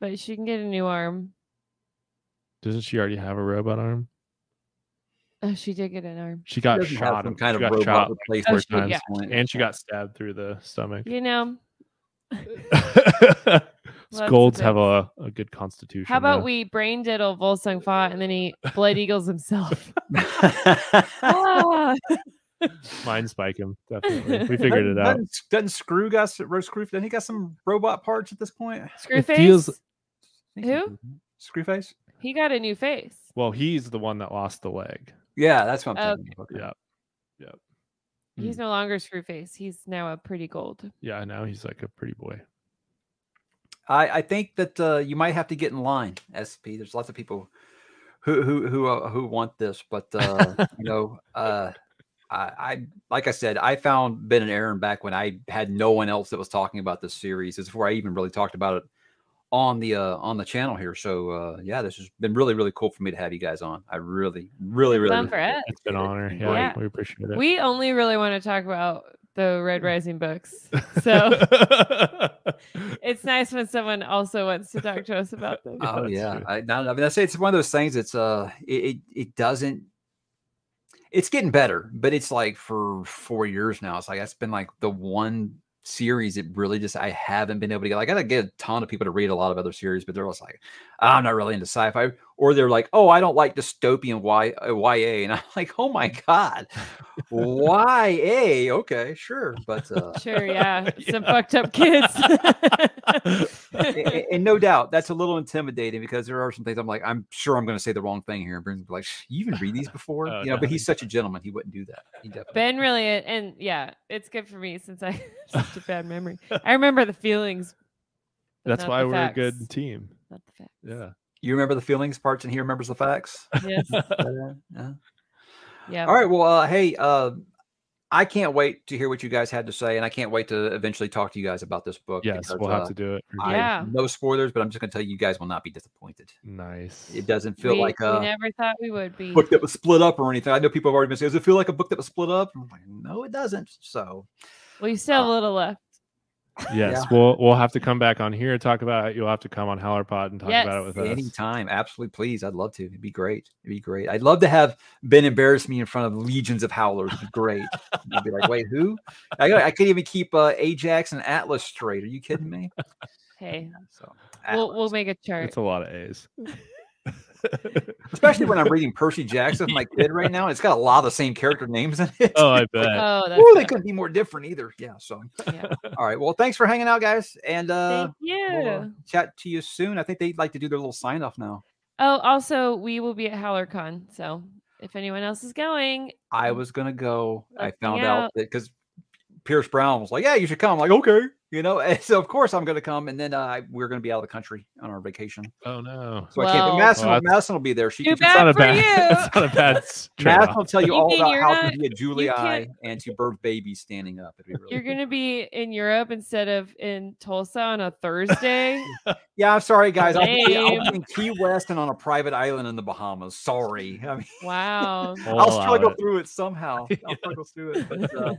Speaker 2: but she can get a new arm.
Speaker 3: Doesn't she already have a robot arm?
Speaker 2: Oh, she did get an arm.
Speaker 3: She
Speaker 1: He
Speaker 3: got
Speaker 1: doesn't have some
Speaker 3: shot. Some
Speaker 1: kind
Speaker 3: she
Speaker 1: of
Speaker 3: got shot,
Speaker 1: robot replacement.
Speaker 2: Oh,
Speaker 1: at
Speaker 2: shit,
Speaker 1: this point.
Speaker 3: and she got stabbed through the stomach.
Speaker 2: You know,
Speaker 3: Golds
Speaker 2: a
Speaker 3: have a, a good constitution.
Speaker 2: how about
Speaker 3: though.
Speaker 2: we brain diddle Volsung Fa and then he blood eagles himself? Ah!
Speaker 3: mind spike him? Definitely, we figured it out.
Speaker 1: Doesn't, doesn't Screw got s- Ro- Screw? Doesn't he got some robot parts at this point? I
Speaker 2: Screwface,
Speaker 3: feels-
Speaker 1: think he
Speaker 2: Who?
Speaker 1: did. Screwface?
Speaker 2: he got a new face.
Speaker 3: Well, he's the one that lost the leg.
Speaker 1: Yeah, that's what I'm
Speaker 2: Oh, Okay.
Speaker 1: thinking. of, Okay.
Speaker 3: Yeah, Hmm.
Speaker 2: He's no longer Screwface. He's now a pretty gold.
Speaker 3: yeah. Now he's like a pretty boy.
Speaker 1: I, I think that uh, you might have to get in line, SP. There's lots of people who who who uh, who want this, but uh, you know, uh, I, I like I said, I found Ben and Aaron back when I had no one else that was talking about this series. It's before I even really talked about it on the uh, on the channel here. So uh, yeah, this has been really really cool for me to have you guys on. I really really really.
Speaker 2: Fun for
Speaker 1: appreciate it.
Speaker 2: us.
Speaker 3: It's been an honor. Yeah,
Speaker 2: Yeah.
Speaker 3: we appreciate it.
Speaker 2: We only really want to talk about the Red Rising books. So it's nice when someone also wants to talk to us about them.
Speaker 3: Yeah,
Speaker 1: oh
Speaker 3: that's
Speaker 1: yeah,
Speaker 3: true.
Speaker 1: I, no, no, I mean, I say it's one of those things. It's uh, it, it it doesn't. It's getting better, but it's like for four years now. It's like that's been like the one series that really just I haven't been able to get. Like I gotta get a ton of people to read a lot of other series, but they're just like, I'm not really into sci-fi, or they're like, oh, I don't like dystopian y- uh, YA, and I'm like, oh my god, YA, okay, sure, but uh,
Speaker 2: Sure, yeah. Some
Speaker 3: Yeah.
Speaker 2: fucked up kids.
Speaker 1: a- a- and, no doubt that's a little intimidating because there are some things I'm like, I'm sure I'm going to say the wrong thing here. And Brennan's like, "Shh, you even read these before,
Speaker 3: Oh,
Speaker 1: you know,
Speaker 3: no,
Speaker 1: but he's
Speaker 3: he's
Speaker 1: such a gentleman. He wouldn't do that. He definitely.
Speaker 2: ben really and yeah, it's good for me since I have such a bad memory. I remember the feelings. but
Speaker 3: That's
Speaker 2: not
Speaker 3: why
Speaker 2: the
Speaker 3: we're
Speaker 2: facts.
Speaker 3: a good team.
Speaker 2: Not the facts.
Speaker 3: Yeah.
Speaker 1: You remember the feelings parts and he remembers the facts.
Speaker 2: Yes.
Speaker 1: Uh, yeah.
Speaker 2: Yeah.
Speaker 1: All right. Well, uh, Hey, uh, I can't wait to hear what you guys had to say. And I can't wait to eventually talk to you guys about this book.
Speaker 3: Yes,
Speaker 1: because,
Speaker 3: we'll
Speaker 1: uh,
Speaker 3: have to do it.
Speaker 1: I-
Speaker 2: Yeah.
Speaker 1: No spoilers, but I'm just going to tell you, you guys will not be disappointed.
Speaker 3: Nice.
Speaker 1: It doesn't feel
Speaker 2: we,
Speaker 1: like
Speaker 2: we
Speaker 1: uh,
Speaker 2: never thought we would be.
Speaker 1: book that was split up or anything. I know people have already been saying, does it feel like a book that was split up? I'm like, no, it doesn't. So
Speaker 2: We still
Speaker 1: uh,
Speaker 2: have a little left.
Speaker 3: Yes, we'll we'll have to come back on here and talk about it. You'll have to come on Hallerpod and talk about it
Speaker 2: Yes.
Speaker 3: with us.
Speaker 1: anytime, absolutely, please. I'd love to. It'd be great. It'd be great. I'd love to have Ben embarrass me in front of legions of howlers. It'd be great. And I'd be like, wait, who? I, I could even keep uh, Ajax and Atlas straight. Are you kidding me?
Speaker 2: Hey,
Speaker 1: So,
Speaker 2: we'll,
Speaker 1: Atlas.
Speaker 2: we'll make a chart.
Speaker 3: It's a lot of A's.
Speaker 1: especially when I'm reading Percy Jackson with my kid right now, and it's got a lot of the same character names in it.
Speaker 3: oh, I bet.
Speaker 2: oh, that's
Speaker 1: Ooh, they
Speaker 2: bad.
Speaker 1: couldn't be more different either. Yeah. So,
Speaker 2: Yeah.
Speaker 1: all right. Well, thanks for hanging out, guys. And uh,
Speaker 2: Thank you.
Speaker 1: we'll, uh, chat to you soon. I think they'd like to do their little sign off now.
Speaker 2: Oh, also, we will be at HowlerCon. So if anyone else is going,
Speaker 1: I was gonna go. I
Speaker 2: Let's hang
Speaker 1: found out
Speaker 2: out.
Speaker 1: that because Pierce Brown was like, "Yeah, you should come." I'm like, okay, you know. And so of course I'm gonna come, and then uh, I- we're gonna be out of the country on our vacation,
Speaker 3: Oh no.
Speaker 1: so I can't. But
Speaker 2: Well-
Speaker 1: Madison,
Speaker 3: Well, that's-
Speaker 1: Madison will be there. She
Speaker 2: Too
Speaker 1: can
Speaker 2: bad
Speaker 3: It's not a
Speaker 2: for
Speaker 3: bad.
Speaker 2: you.
Speaker 3: It's not a bad. s-
Speaker 1: Madison
Speaker 3: trade-off.
Speaker 1: will tell you
Speaker 2: You
Speaker 1: all
Speaker 2: mean
Speaker 1: about
Speaker 2: you're
Speaker 1: how
Speaker 2: not-
Speaker 1: to be a Julie
Speaker 2: can't-
Speaker 1: eye and to birth babies standing up. It'd be really
Speaker 2: you're
Speaker 1: cool.
Speaker 2: going to be in Europe instead of in Tulsa on a Thursday.
Speaker 1: Yeah, I'm sorry, guys. I'll be, I'll
Speaker 2: Lame.
Speaker 1: be in Key West and on a private island in the Bahamas. Sorry. I mean,
Speaker 2: wow.
Speaker 3: We'll
Speaker 1: I'll
Speaker 3: allow
Speaker 1: struggle
Speaker 3: it.
Speaker 1: through it somehow. I'll struggle through it. But, uh,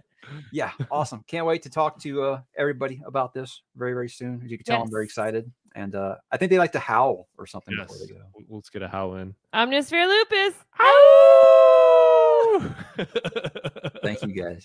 Speaker 1: yeah, awesome. Can't wait to talk to uh, everybody about this very, very soon. As you can tell, I'm very
Speaker 2: Yes.
Speaker 1: excited. and uh, I think they like to howl or something
Speaker 3: Yes.
Speaker 1: before they go.
Speaker 3: W- Let's get a howl in.
Speaker 2: Omnisphere lupus.
Speaker 1: Thank you guys.